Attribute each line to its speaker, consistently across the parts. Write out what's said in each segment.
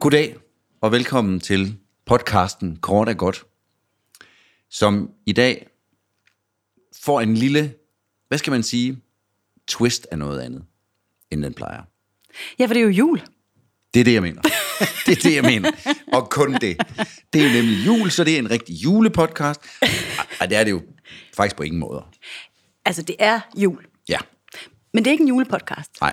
Speaker 1: Goddag og velkommen til podcasten Kort er godt, som i dag får en lille, hvad skal man sige, twist af noget andet, end den plejer.
Speaker 2: Ja, for det er jo jul.
Speaker 1: Det er det, jeg mener. Det er det, jeg mener. Og kun det. Det er jo nemlig jul, så det er en rigtig julepodcast. Og det er det jo faktisk på ingen måder.
Speaker 2: Altså, det er jul.
Speaker 1: Ja,
Speaker 2: Men det er ikke en julepodcast.
Speaker 1: nej.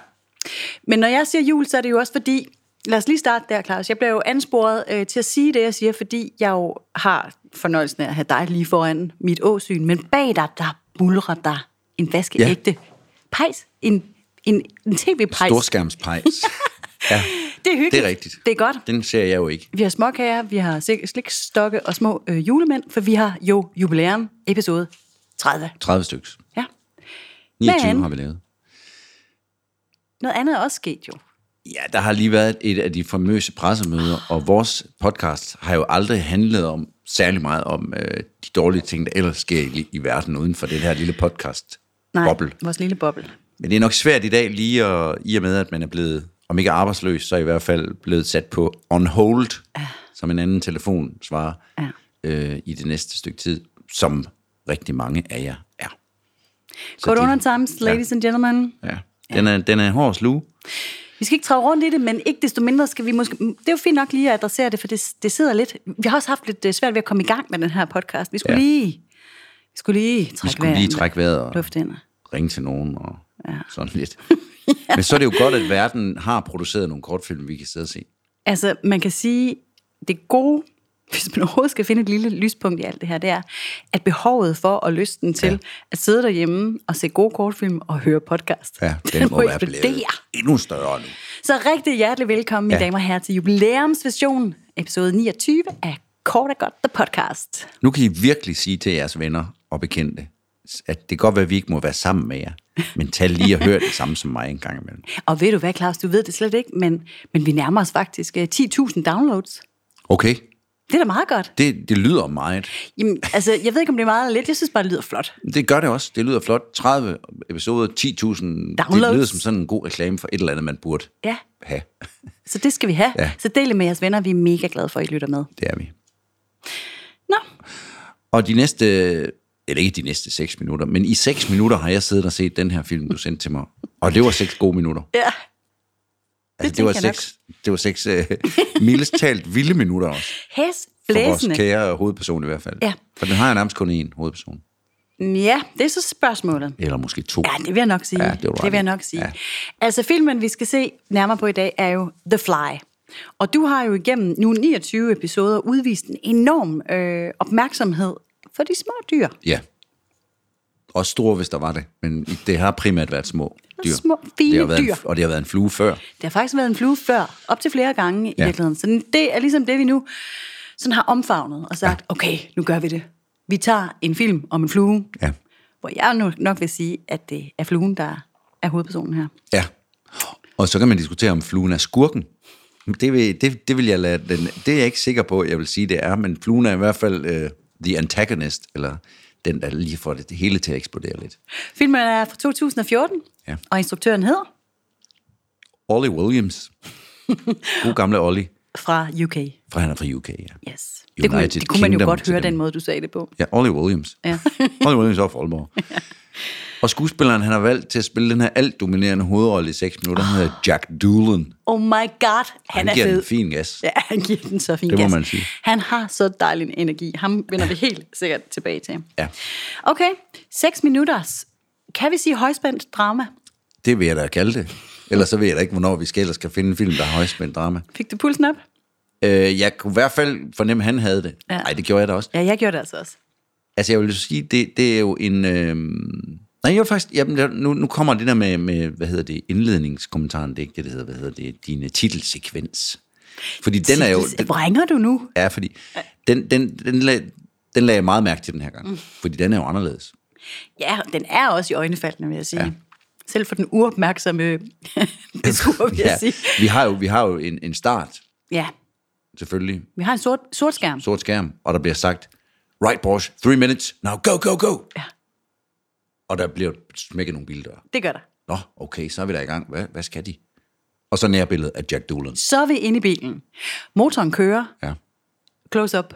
Speaker 2: Men når jeg siger jul, så er det jo også fordi... Lad os lige starte der, Claus. Jeg bliver jo ansporet øh, til at sige det, jeg siger, fordi jeg jo har fornøjelsen af at have dig lige foran mit åsyn. Men bag dig, der bulrer der en vaskeægte pejs. En, en, en tv-pejs.
Speaker 1: Storskærmspejs. ja,
Speaker 2: Det er hyggeligt.
Speaker 1: det er rigtigt.
Speaker 2: Det er godt.
Speaker 1: Den ser jeg jo ikke.
Speaker 2: Vi har småkager, vi har slik- slikstokke og små øh, julemænd, for vi har jo jubilæum episode 30.
Speaker 1: 30 styks.
Speaker 2: Ja.
Speaker 1: 29
Speaker 2: Men-
Speaker 1: har vi lavet.
Speaker 2: Noget andet er også sket jo.
Speaker 1: Ja, der har lige været et af de famøse pressemøder, og vores podcast har jo aldrig handlet om særlig meget om øh, de dårlige ting, der ellers sker i, i verden uden for den her lille podcast
Speaker 2: Nej,
Speaker 1: boble.
Speaker 2: vores lille boble.
Speaker 1: Men det er nok svært i dag lige at, i og med, at man er blevet, om ikke arbejdsløs, så i hvert fald blevet sat på on hold, ja. som en anden telefon svarer,
Speaker 2: Ja.
Speaker 1: øh, i det næste stykke tid, som rigtig mange af jer er.
Speaker 2: Corona times, ladies ja. and gentlemen.
Speaker 1: Ja. Den er, den er en hård sluge.
Speaker 2: Vi skal ikke træde rundt i det, men ikke desto mindre skal vi måske... Det er jo fint nok lige at adressere det, for det, det sidder lidt... Vi har også haft lidt øh, svært ved at komme i gang med den her podcast. Vi skulle
Speaker 1: Ja.
Speaker 2: ja. lige... Vi skulle lige trække
Speaker 1: Vi skulle lige trække vejret og
Speaker 2: Luft ind.
Speaker 1: ringe til nogen og ja. sådan lidt. Men så er det jo godt, at verden har produceret nogle kortfilm, vi kan sidde og se.
Speaker 2: Altså, man kan sige, det gode, hvis man overhovedet skal finde et lille lyspunkt i alt det her, det er, at behovet for og lysten til
Speaker 1: Ja.
Speaker 2: ja. at sidde derhjemme og se gode kortfilm og høre podcast,
Speaker 1: Ja, den, må være blevet
Speaker 2: eksplodere.
Speaker 1: endnu større nu.
Speaker 2: Så rigtig hjertelig velkommen, mine
Speaker 1: Ja.
Speaker 2: ja. damer og herrer, til jubilæumsversionen, episode 29 af Kort og Godt, The Podcast.
Speaker 1: Nu kan I virkelig sige til jeres venner og bekendte, at det kan godt være, at vi ikke må være sammen med jer, men tag lige og hør det samme som mig en gang imellem.
Speaker 2: Og ved du hvad, Claus, du ved det slet ikke, men, men vi nærmer os faktisk øh, 10.000 downloads.
Speaker 1: Okay,
Speaker 2: Det er da meget godt.
Speaker 1: det, det lyder meget.
Speaker 2: Jamen, altså, jeg ved ikke, om det er meget eller lidt. Jeg synes bare, det lyder flot.
Speaker 1: Det gør det også. Det lyder flot. 30 episoder, 10.000. Det
Speaker 2: Downloads.
Speaker 1: lyder som sådan en god reklame for et eller andet, man burde
Speaker 2: Ja,
Speaker 1: have.
Speaker 2: så det skal vi have.
Speaker 1: Ja.
Speaker 2: Ja. Så del det med jeres venner. Vi er mega glade for, at I lytter med.
Speaker 1: Det er vi.
Speaker 2: Nå,
Speaker 1: Og de næste, eller ikke de næste 6 minutter, men i 6 minutter har jeg siddet og set den her film, du sendte til mig. Og det var 6 gode minutter.
Speaker 2: ja.
Speaker 1: Altså, det, var
Speaker 2: tænker jeg nok.
Speaker 1: 6, det var 6 uh, mildest talt vilde minutter også.
Speaker 2: Hæs
Speaker 1: For vores
Speaker 2: blæsende.
Speaker 1: kære hovedperson i hvert fald.
Speaker 2: Ja.
Speaker 1: For den har jeg nærmest kun én hovedperson.
Speaker 2: Ja, det er så spørgsmålet.
Speaker 1: Eller måske to.
Speaker 2: Ja, det vil jeg nok sige.
Speaker 1: Ja,
Speaker 2: Ja,
Speaker 1: det er
Speaker 2: det,
Speaker 1: du ret
Speaker 2: det vil
Speaker 1: i.
Speaker 2: jeg nok sige.
Speaker 1: Ja.
Speaker 2: Ja. Altså, filmen, vi skal se nærmere på i dag, er jo The Fly. Og du har jo igennem nu 29 episoder udvist en enorm øh, opmærksomhed for de små dyr.
Speaker 1: ja. Også store, hvis der var det. Men det har primært været små dyr.
Speaker 2: Små, fine
Speaker 1: det har været
Speaker 2: dyr.
Speaker 1: En, og det har været en flue før.
Speaker 2: Det har faktisk været en flue før, op til flere gange
Speaker 1: Ja.
Speaker 2: i virkeligheden. Så det er ligesom det, vi nu sådan har omfavnet og sagt, ja. okay, nu gør vi det. Vi tager en film om en flue,
Speaker 1: Ja.
Speaker 2: hvor jeg nu nok vil sige, at det er fluen, der er hovedpersonen her.
Speaker 1: Ja. Og så kan man diskutere, om fluen er skurken. Det vil, det, det vil jeg lade den, det er jeg ikke sikker på, jeg vil sige, det er, men fluen er i hvert fald uh, the antagonist, eller den, der lige får det, det hele til at eksplodere lidt.
Speaker 2: Filmen er fra 2014,
Speaker 1: Ja.
Speaker 2: ja. og instruktøren hedder
Speaker 1: Ollie Williams. God gamle Ollie,
Speaker 2: fra UK.
Speaker 1: for han er fra UK, ja.
Speaker 2: Yes. Det kunne,
Speaker 1: United
Speaker 2: det kunne man jo
Speaker 1: Kingdom
Speaker 2: godt
Speaker 1: til
Speaker 2: høre
Speaker 1: dem.
Speaker 2: den måde, du sagde det på.
Speaker 1: Ja, Ollie Williams.
Speaker 2: Ja.
Speaker 1: Ollie Williams er fra Aalborg. Og skuespilleren, han har valgt til at spille den her altdominerende hovedrolle i 6 minutter, han hedder Jack Doolan.
Speaker 2: Oh my god, han, han er
Speaker 1: giver den
Speaker 2: fed.
Speaker 1: en fin gas.
Speaker 2: Ja, han giver den så fin
Speaker 1: Det må
Speaker 2: gas.
Speaker 1: man sige.
Speaker 2: Han har så dejlig en energi. Ham vender vi helt sikkert tilbage til.
Speaker 1: Ja.
Speaker 2: Okay, 6 minutters. Kan vi sige højspændt drama?
Speaker 1: Det vil jeg da kalde det. Ellers så ved jeg da ikke, hvornår vi skal ellers skal finde en film, der har højspændt drama.
Speaker 2: Fik du pulsen op?
Speaker 1: Øh, jeg kunne i hvert fald fornemme, at han havde det.
Speaker 2: Ja.
Speaker 1: Nej, det gjorde jeg da også.
Speaker 2: Ja, jeg gjorde det altså også.
Speaker 1: Altså, jeg vil jo sige, det, det er jo en... Øh... Nej, jeg vil faktisk... Jamen, der- nu, nu kommer det der med, med, hvad hedder det, indledningskommentaren, det er ikke det, det hedder, hvad hedder det, din øh, titelsekvens. Fordi den er jo...
Speaker 2: Jesus, Vrænger du nu?
Speaker 1: Ja, fordi den, den, den, lag, den lagde jeg meget mærke til den her gang. Mm. Fordi den er jo anderledes.
Speaker 2: Ja, den er også i øjnefaldene, vil jeg sige. Ja. Selv for den uopmærksomme beskuer, vil jeg ja. sige.
Speaker 1: vi har jo, vi har jo en, en start,
Speaker 2: Ja,
Speaker 1: selvfølgelig.
Speaker 2: vi har en sort, sort skærm.
Speaker 1: Sort skærm, og der bliver sagt, right, Porsche, three minutes, now go, go, go.
Speaker 2: Ja.
Speaker 1: Og der bliver smækket nogle bildøre.
Speaker 2: Det gør der.
Speaker 1: Nå, okay, så er vi da i gang. Hvad, hvad skal de? Og så nærbilledet af Jack Doolin.
Speaker 2: Så er vi inde i bilen. Motoren kører.
Speaker 1: Ja.
Speaker 2: Close up.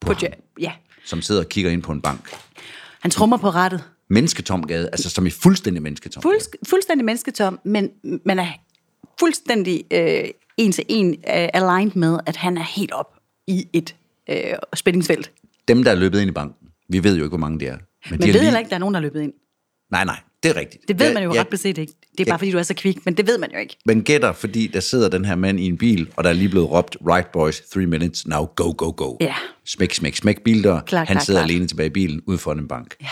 Speaker 2: På
Speaker 1: ham.
Speaker 2: Jack. Ja.
Speaker 1: Som sidder og kigger ind på en bank.
Speaker 2: Han trummer på rattet.
Speaker 1: Mennesketom gade, altså som i fuldstændig mennesketom.
Speaker 2: Fuld, fuldstændig mennesketom, men man er fuldstændig øh, en til en øh, aligned med, at han er helt op i et øh, spændingsfelt.
Speaker 1: Dem, der er løbet ind i banken, vi ved jo ikke, hvor mange det er.
Speaker 2: Men man
Speaker 1: har
Speaker 2: ved heller ikke, at der er nogen, der er løbet ind.
Speaker 1: Nej, nej, det er rigtigt.
Speaker 2: Det ved
Speaker 1: Ja,
Speaker 2: man jo
Speaker 1: ja.
Speaker 2: ret beset ikke. Det er bare, fordi du er så kvik, men det ved man jo ikke.
Speaker 1: Man gætter, fordi der sidder den her mand i en bil, og der er lige blevet råbt, right boys, three minutes, now go, go, go.
Speaker 2: Ja.
Speaker 1: Smæk, smæk, smæk bildør.
Speaker 2: Klart,
Speaker 1: Han
Speaker 2: klart,
Speaker 1: sidder
Speaker 2: klart.
Speaker 1: alene tilbage i bilen, ude for en bank. Ja.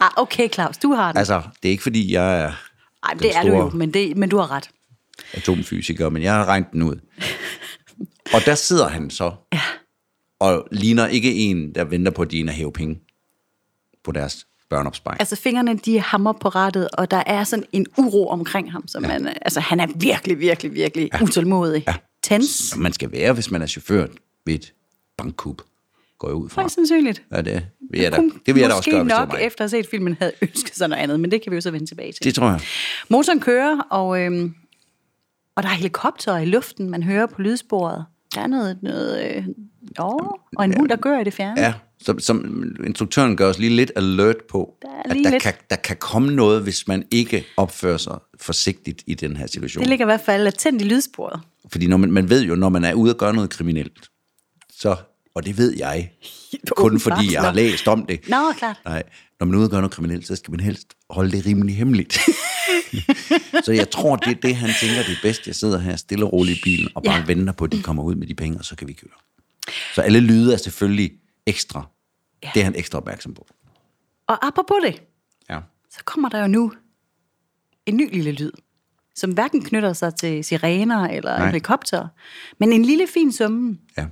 Speaker 2: Ah, okay, Claus, du har den. Altså,
Speaker 1: Mm. Altså, det er ikke fordi, jeg er
Speaker 2: Ej,
Speaker 1: den
Speaker 2: det er du jo,
Speaker 1: store-
Speaker 2: men, det, men du har ret.
Speaker 1: atomfysiker, men jeg har regnet den ud. Og der sidder han så, ja. og ligner ikke en, der venter på, at de er inde og hæve penge på deres børneopsparing.
Speaker 2: Altså, fingrene, de hammer på rattet, og der er sådan en uro omkring ham, som ja. man, altså, han er virkelig, virkelig, virkelig ja. utålmodig. Ja. Tens,
Speaker 1: Som man skal være, hvis man er chauffør ved et bankkub, går jeg ud fra.
Speaker 2: højst sandsynligt.
Speaker 1: Ja, det vil jeg da,
Speaker 2: Hun
Speaker 1: det vil jeg da også
Speaker 2: måske
Speaker 1: gøre, hvis det var
Speaker 2: nok
Speaker 1: mig.
Speaker 2: efter at have set filmen havde ønsket sig noget andet, men det kan vi jo så vende tilbage til.
Speaker 1: Det tror jeg.
Speaker 2: Motoren kører, og, øhm, og der er helikopter i luften, man hører på lydsporet. Der er noget, noget øh, åh, og en hund, der gør i det fjerne.
Speaker 1: Ja, som, som instruktøren gør os lige lidt alert på,
Speaker 2: Der er
Speaker 1: at
Speaker 2: lige
Speaker 1: der
Speaker 2: lidt-
Speaker 1: kan, der kan komme noget, hvis man ikke opfører sig forsigtigt i den her situation.
Speaker 2: Det ligger i hvert fald latent i lydsporet.
Speaker 1: Fordi når man, man ved jo, når man er ude og gøre noget kriminelt, så, og det ved jeg, kun
Speaker 2: Åbenbart,
Speaker 1: fordi jeg har
Speaker 2: nå.
Speaker 1: læst om det.
Speaker 2: Nå, klart.
Speaker 1: Nej, når man er ude og gøre noget kriminelt, så skal man helst holde det rimelig hemmeligt. så jeg tror, det er det, han tænker, det er bedst, jeg sidder her stille og roligt i bilen og bare
Speaker 2: Ja.
Speaker 1: ja. venter på, at de kommer ud med de penge, og så kan vi køre. Så alle lyde er selvfølgelig ekstra. Ja. Det er han ekstra opmærksom på.
Speaker 2: Og apropos det,
Speaker 1: Ja.
Speaker 2: så kommer der jo nu en ny lille lyd, som hverken knytter sig til sirener eller
Speaker 1: Nej.
Speaker 2: Nej. helikopter, men en lille fin summe.
Speaker 1: ja.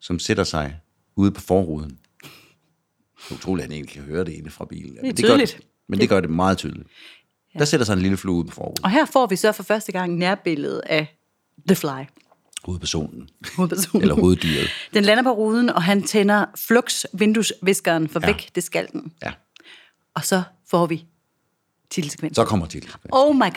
Speaker 1: Som sætter sig ude på forruden. Det er utroligt, at han egentlig kan høre det inde fra bilen. Men Det Gør,
Speaker 2: tydeligt.
Speaker 1: men det gør det meget tydeligt. Ja. Der sætter sig en lille flue ude på forruden.
Speaker 2: Og her får vi så for første gang nærbilledet af The Fly,
Speaker 1: Hovedpersonen.
Speaker 2: hovedpersonen.
Speaker 1: Eller hoveddyret.
Speaker 2: Den lander på ruden, og han tænder flux vinduesviskeren for ja. væk, det skal den.
Speaker 1: Ja.
Speaker 2: Og så får vi titelsekvensen.
Speaker 1: Så kommer titlen.
Speaker 2: Oh my god.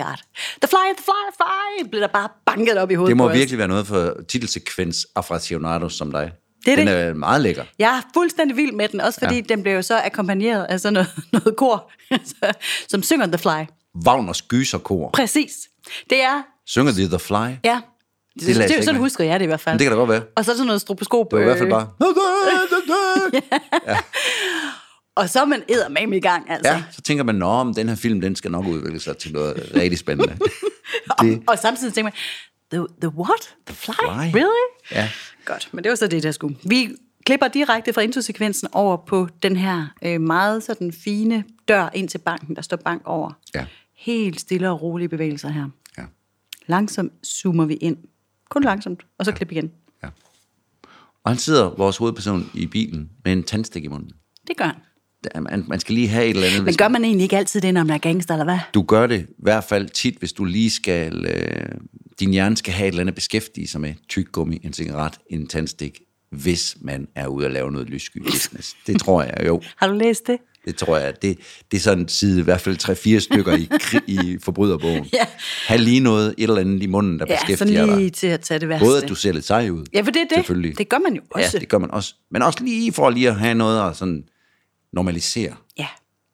Speaker 2: The fly, the fly, the fly, bliver der bare banket op i hovedet
Speaker 1: Det
Speaker 2: på
Speaker 1: må
Speaker 2: os.
Speaker 1: virkelig være noget for titelsekvens aficionado som dig.
Speaker 2: Det er
Speaker 1: den
Speaker 2: det.
Speaker 1: er meget lækker.
Speaker 2: Jeg er fuldstændig vild med den, også fordi ja. den blev jo så akkompagneret af sådan noget, noget kor, som synger The Fly.
Speaker 1: Wagners gyserkor.
Speaker 2: Præcis. Det er,
Speaker 1: Synger de The Fly? Ja.
Speaker 2: ja. Det, det,
Speaker 1: læser
Speaker 2: det,
Speaker 1: jeg
Speaker 2: det, sådan
Speaker 1: ikke.
Speaker 2: husker jeg det i hvert fald.
Speaker 1: Det kan da godt være.
Speaker 2: Og så sådan noget stroboskop.
Speaker 1: Det var i hvert fald
Speaker 2: øh,
Speaker 1: bare...
Speaker 2: Og så er man eddermame i gang, altså.
Speaker 1: Ja, så tænker man, nå, om den her film, den skal nok udvikle sig til noget rigtig spændende. det-
Speaker 2: Og, og samtidig tænker man, the, the what? The fly?
Speaker 1: Fly.
Speaker 2: Really?
Speaker 1: Ja.
Speaker 2: Godt, men det var så det, der skulle. Vi klipper direkte fra introsekvensen over på den her øh, meget sådan fine dør ind til banken, der står bank over.
Speaker 1: Ja.
Speaker 2: Helt stille og rolige bevægelser her.
Speaker 1: ja.
Speaker 2: Langsomt zoomer vi ind. Kun langsomt, og så klip igen.
Speaker 1: Og han sidder, vores hovedperson, i bilen med en tandstik i munden.
Speaker 2: Det gør han.
Speaker 1: Der- Man, man skal lige have et eller andet.
Speaker 2: Men
Speaker 1: hvis-
Speaker 2: gør man egentlig ikke altid det, når man er gangster, eller hvad?
Speaker 1: Du gør det i hvert fald tit, hvis du lige skal... Øh, din hjerne skal have et eller andet at beskæftige sig med. Tyk gummi, en cigaret, en tandstik. Hvis man er ude og lave noget lyssky business. Det tror jeg jo.
Speaker 2: Har du læst det?
Speaker 1: Det tror jeg. Det, det er sådan side i hvert fald 3-4 stykker i, kri- i forbryderbogen.
Speaker 2: Ja.
Speaker 1: Ha' lige noget, et eller andet i munden, der ja,
Speaker 2: Ja, så
Speaker 1: beskæftiger
Speaker 2: lige
Speaker 1: dig.
Speaker 2: til at tage det værste.
Speaker 1: Både at du ser lidt sej ud.
Speaker 2: Ja, for det er det.
Speaker 1: Selvfølgelig.
Speaker 2: Det gør man jo også.
Speaker 1: Ja, det gør man også. Men også lige for lige at have noget at sådan normalisere
Speaker 2: ja.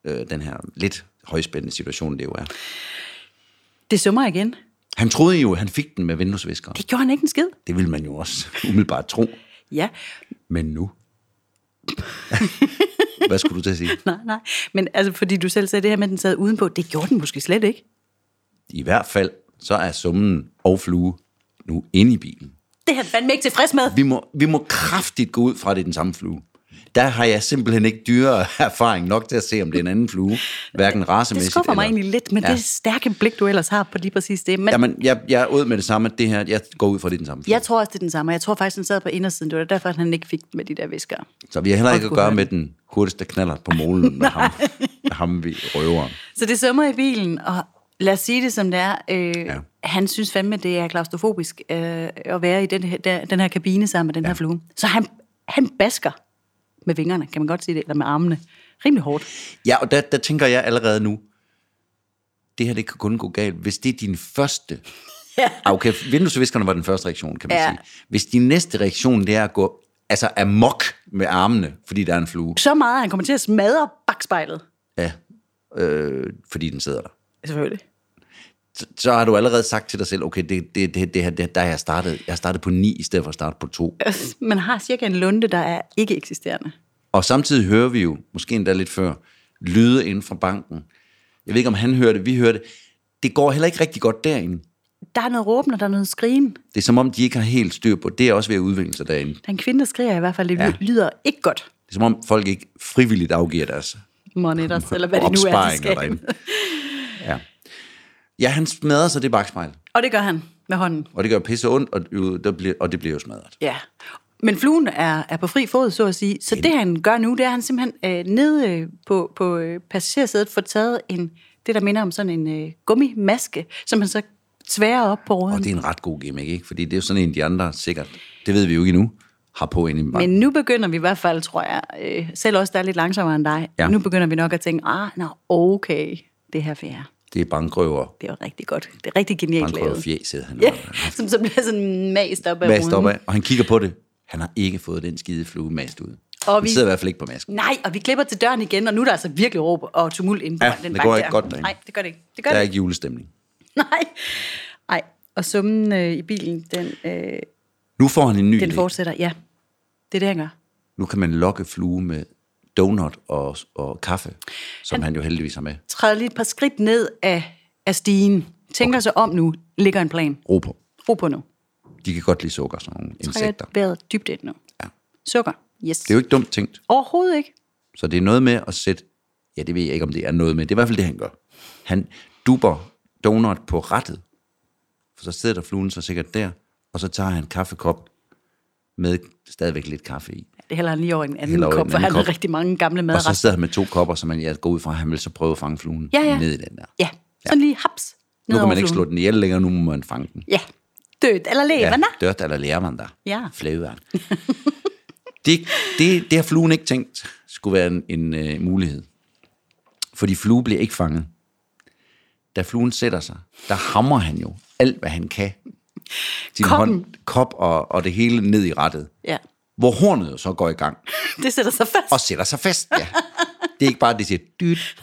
Speaker 1: øh, den her lidt højspændende situation, det jo er.
Speaker 2: det summer igen.
Speaker 1: Han troede jo, han fik den med vinduesvisker.
Speaker 2: Det gjorde han ikke en skid.
Speaker 1: Det ville man jo også umiddelbart tro.
Speaker 2: Ja,
Speaker 1: Men nu? Hvad skulle du til at sige?
Speaker 2: nej, nej. Men altså, fordi du selv sagde det her med, at den sad udenpå, det gjorde den måske slet ikke.
Speaker 1: I hvert fald, så er summen og flue nu inde i bilen.
Speaker 2: Det er han fandme ikke tilfreds med.
Speaker 1: Vi må, vi må kraftigt gå ud fra, at det er den samme flue. Der har jeg simpelthen ikke dyre erfaring nok til at se, om det er en anden flue. Hverken
Speaker 2: Det
Speaker 1: racemæssigt
Speaker 2: skuffer mig
Speaker 1: eller-
Speaker 2: egentlig lidt med ja.
Speaker 1: Ja.
Speaker 2: det stærke blik, du ellers har på lige præcis det. Men
Speaker 1: Jamen, jeg, jeg er ud med det samme, at det her, jeg går ud fra, at det er den samme flue.
Speaker 2: jeg tror også, det er den samme. Jeg tror faktisk, den sad på indersiden. Det var derfor, at han ikke fik den med de der visker.
Speaker 1: Så vi har heller ikke at
Speaker 2: Godt
Speaker 1: gøre
Speaker 2: gået.
Speaker 1: med den hurtigste knaller på målen med ham, med ham vi røver.
Speaker 2: Så det summer i bilen, og lad os sige det, som det er. Øh, ja.
Speaker 1: Ja.
Speaker 2: Han synes fandme, det er klaustrofobisk øh, at være i den her, der, den her kabine sammen med den ja. her flue. Så han, han basker med vingerne, kan man godt sige det, eller med armene. Rimelig hårdt.
Speaker 1: Ja, og der, der tænker jeg allerede nu, det her det kan kun gå galt, hvis det er din første...
Speaker 2: Ja.
Speaker 1: Ah, Okay, vinduesviskerne var den første reaktion, kan man
Speaker 2: Ja.
Speaker 1: ja. sige. Hvis din næste reaktion, det er at gå altså amok med armene, fordi der er en flue,
Speaker 2: Så meget, at han kommer til at smadre bagspejlet.
Speaker 1: ja, øh, fordi den sidder der.
Speaker 2: Selvfølgelig.
Speaker 1: så- så har du allerede sagt til dig selv, okay, det, det, det, det her, det, der er jeg startet. Jeg har startet på 9 i stedet for at starte på 2.
Speaker 2: Man har cirka en lunde, der er ikke eksisterende.
Speaker 1: Og samtidig hører vi jo, måske endda lidt før, lyde inden fra banken. Jeg ved ikke, om han hører det, vi hører det. Det går heller ikke rigtig godt derinde.
Speaker 2: Der er noget råben, og der er noget skrigen.
Speaker 1: Det er som om, de ikke har helt styr på. Det er også ved at udvikle sig derinde.
Speaker 2: Der er en kvinde, der skriger i hvert fald. Det ja. lyder ikke godt.
Speaker 1: Det er som om, folk ikke frivilligt afgiver deres
Speaker 2: Monitors, eller hvad det nu er, de
Speaker 1: opsparinger
Speaker 2: skal.
Speaker 1: derinde. Ja. ja, han smadrer så det bagspejl,
Speaker 2: Og det gør han med hånden.
Speaker 1: og det gør pisse ondt, og, jo, der bliver, og det bliver jo smadret.
Speaker 2: Ja. Men fluen er, er på fri fod, så at sige. Så det, han gør nu, det er, at han simpelthen øh, nede øh, på, på øh, passagersædet får taget en, det, der minder om sådan en øh, gummimaske, som han så tværer op på
Speaker 1: Og
Speaker 2: råden.
Speaker 1: det er en ret god gimmick, ikke? Fordi det er jo sådan en, de andre sikkert, det ved vi jo ikke endnu, har på inde i banken.
Speaker 2: Men nu begynder vi i hvert fald, tror jeg, øh, selv også der er lidt langsommere end dig, ja.
Speaker 1: Ja.
Speaker 2: nu begynder vi nok at tænke, ah, nå, okay, det her fjer,
Speaker 1: Det er bankrøver,
Speaker 2: det er jo rigtig godt. Det er rigtig genialt
Speaker 1: bankrøver
Speaker 2: lavet.
Speaker 1: fjæset, han
Speaker 2: Ja,
Speaker 1: yeah.
Speaker 2: som så bliver sådan mast op af
Speaker 1: mast op
Speaker 2: ruden.
Speaker 1: af, og han kigger på det. Han har ikke fået den skide flue mast ud.
Speaker 2: Og
Speaker 1: Og vi...
Speaker 2: vi-
Speaker 1: Den sidder i hvert fald ikke på masken.
Speaker 2: Nej, og vi klipper til døren igen, og nu er der altså virkelig råb og tumult inde på
Speaker 1: Ja,
Speaker 2: den
Speaker 1: det
Speaker 2: bank
Speaker 1: går ikke
Speaker 2: der.
Speaker 1: godt derinde.
Speaker 2: Nej, det gør det ikke. Det gør
Speaker 1: Der
Speaker 2: det
Speaker 1: er
Speaker 2: ikke.
Speaker 1: ikke julestemning.
Speaker 2: Nej. Nej, og summen øh, i bilen, den, øh,
Speaker 1: Nu får han en ny
Speaker 2: den
Speaker 1: idé.
Speaker 2: fortsætter. Ja, det er det, han gør.
Speaker 1: Nu kan man lokke flue med donut og, og kaffe, som han... han jo heldigvis har med.
Speaker 2: Træder lige et par skridt ned af, af stigen. Tænker okay. sig om nu. Ligger en plan.
Speaker 1: Ro på.
Speaker 2: Ro på nu.
Speaker 1: De kan godt lide sukker, sådan nogle insekter.
Speaker 2: Trækker vejret dybt ind nu. Ja. Sukker. Yes.
Speaker 1: Det er jo ikke dumt tænkt.
Speaker 2: Overhovedet ikke.
Speaker 1: Så det er noget med at sætte, ja det ved jeg ikke om det er noget med, det er i hvert fald det, han gør. Han duber donut på rettet, for så sidder der fluen så sikkert der, og så tager han en kaffekop med stadigvæk lidt kaffe i.
Speaker 2: Det hælder han lige over i en anden
Speaker 1: Hælder over i
Speaker 2: kop,
Speaker 1: en
Speaker 2: for
Speaker 1: anden
Speaker 2: han har
Speaker 1: kop.
Speaker 2: rigtig mange gamle
Speaker 1: Og
Speaker 2: madrester.
Speaker 1: så sidder han med to kopper, som man jeg går ud fra, han vil så prøve at fange fluen
Speaker 2: Ja, ja.
Speaker 1: ned i den der.
Speaker 2: Ja, sådan lige haps. Ned
Speaker 1: Nu kan
Speaker 2: over
Speaker 1: man ikke slå
Speaker 2: fluen.
Speaker 1: den ihjel længere, nu må man fange den.
Speaker 2: Ja, dødt eller levende. Ja.
Speaker 1: dørt eller lærer man der.
Speaker 2: Ja.
Speaker 1: Flæveværn. det, det, det har fluen ikke tænkt skulle være en, en øh, mulighed. Fordi flue bliver ikke fanget. Da fluen sætter sig, der hammer han jo alt, hvad han kan. Sin
Speaker 2: Koppen.
Speaker 1: kop og, og det hele ned i rettet.
Speaker 2: ja.
Speaker 1: Hvor hornet jo så går i gang
Speaker 2: Det sætter sig fast.
Speaker 1: og sætter sig fast. Ja. Det er ikke bare, at det siger dyt,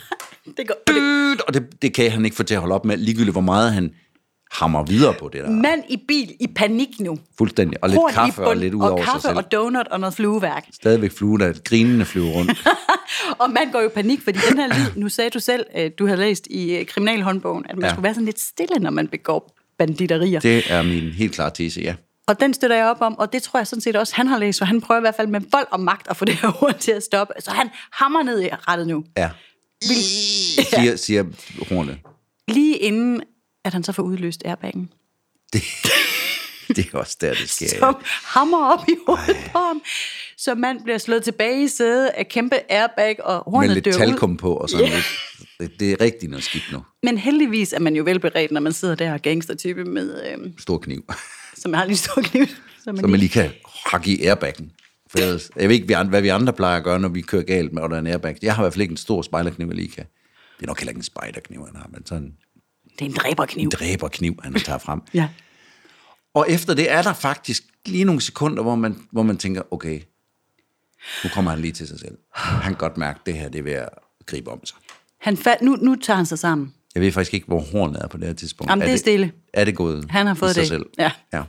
Speaker 2: Det går.
Speaker 1: dyt, og det, det kan han ikke få til at holde op med, ligegyldigt hvor meget han hammer videre på det der.
Speaker 2: Mand i bil i panik nu.
Speaker 1: Fuldstændig. Og lidt
Speaker 2: Horn Mm. i
Speaker 1: kaffe og
Speaker 2: bund,
Speaker 1: lidt ud
Speaker 2: og
Speaker 1: over sig
Speaker 2: kaffe
Speaker 1: selv.
Speaker 2: og donut og noget flueværk.
Speaker 1: stadigvæk flue, der grinende flyver rundt.
Speaker 2: Og man går jo i panik, fordi den her lyd, nu sagde du selv, at du havde læst i øh, kriminalhåndbogen, at man ja.
Speaker 1: Ja.
Speaker 2: skulle være sådan lidt stille, når man begår banditterier. Det.
Speaker 1: Det er min helt klare tese, ja.
Speaker 2: Og den støtter jeg op om, og det tror jeg sådan set også, han har læst, for han prøver i hvert fald med vold og magt at få det her ord til at stoppe. Så han hammer ned i rettet nu.
Speaker 1: ja. Siger, siger hornet.
Speaker 2: Lige inden, at han så får udløst airbaggen.
Speaker 1: Det er også der, det sker. ja.
Speaker 2: som hammer op i hovedet på ham. Så man bliver slået tilbage i sædet af kæmpe airbag, og
Speaker 1: Med
Speaker 2: hornet
Speaker 1: lidt
Speaker 2: dør ud.
Speaker 1: talkum på og sådan lidt. Det, det er rigtig noget skidt nu.
Speaker 2: Men heldigvis er man jo velberedt, når man sidder der og er gangstertype med, øh,
Speaker 1: Stor kniv.
Speaker 2: som har lige en stor kniv. Så man
Speaker 1: Så man lige kan hakke i airbaggen. For ellers, jeg ved ikke, vi andre- hvad vi andre plejer at gøre, når vi kører galt med, og der er en airbag. Jeg har i hvert fald ikke en stor spejderkniv, jeg lige kan. Det er nok heller ikke en spejderkniv, han har, men sådan en
Speaker 2: Det er en dræberkniv.
Speaker 1: dræberkniv, han tager frem.
Speaker 2: Ja.
Speaker 1: Og efter det er der faktisk lige nogle sekunder, hvor man, hvor man tænker, okay, nu kommer han lige til sig selv. Han kan godt mærke, at det her det er ved at gribe om sig.
Speaker 2: Han fald, nu, nu tager han sig sammen.
Speaker 1: Jeg ved faktisk ikke, hvor hornet er på det her tidspunkt.
Speaker 2: Jamen, det er stille.
Speaker 1: Er det gået
Speaker 2: Han har
Speaker 1: i
Speaker 2: fået
Speaker 1: sig
Speaker 2: det.
Speaker 1: Selv?
Speaker 2: Ja.
Speaker 1: ja.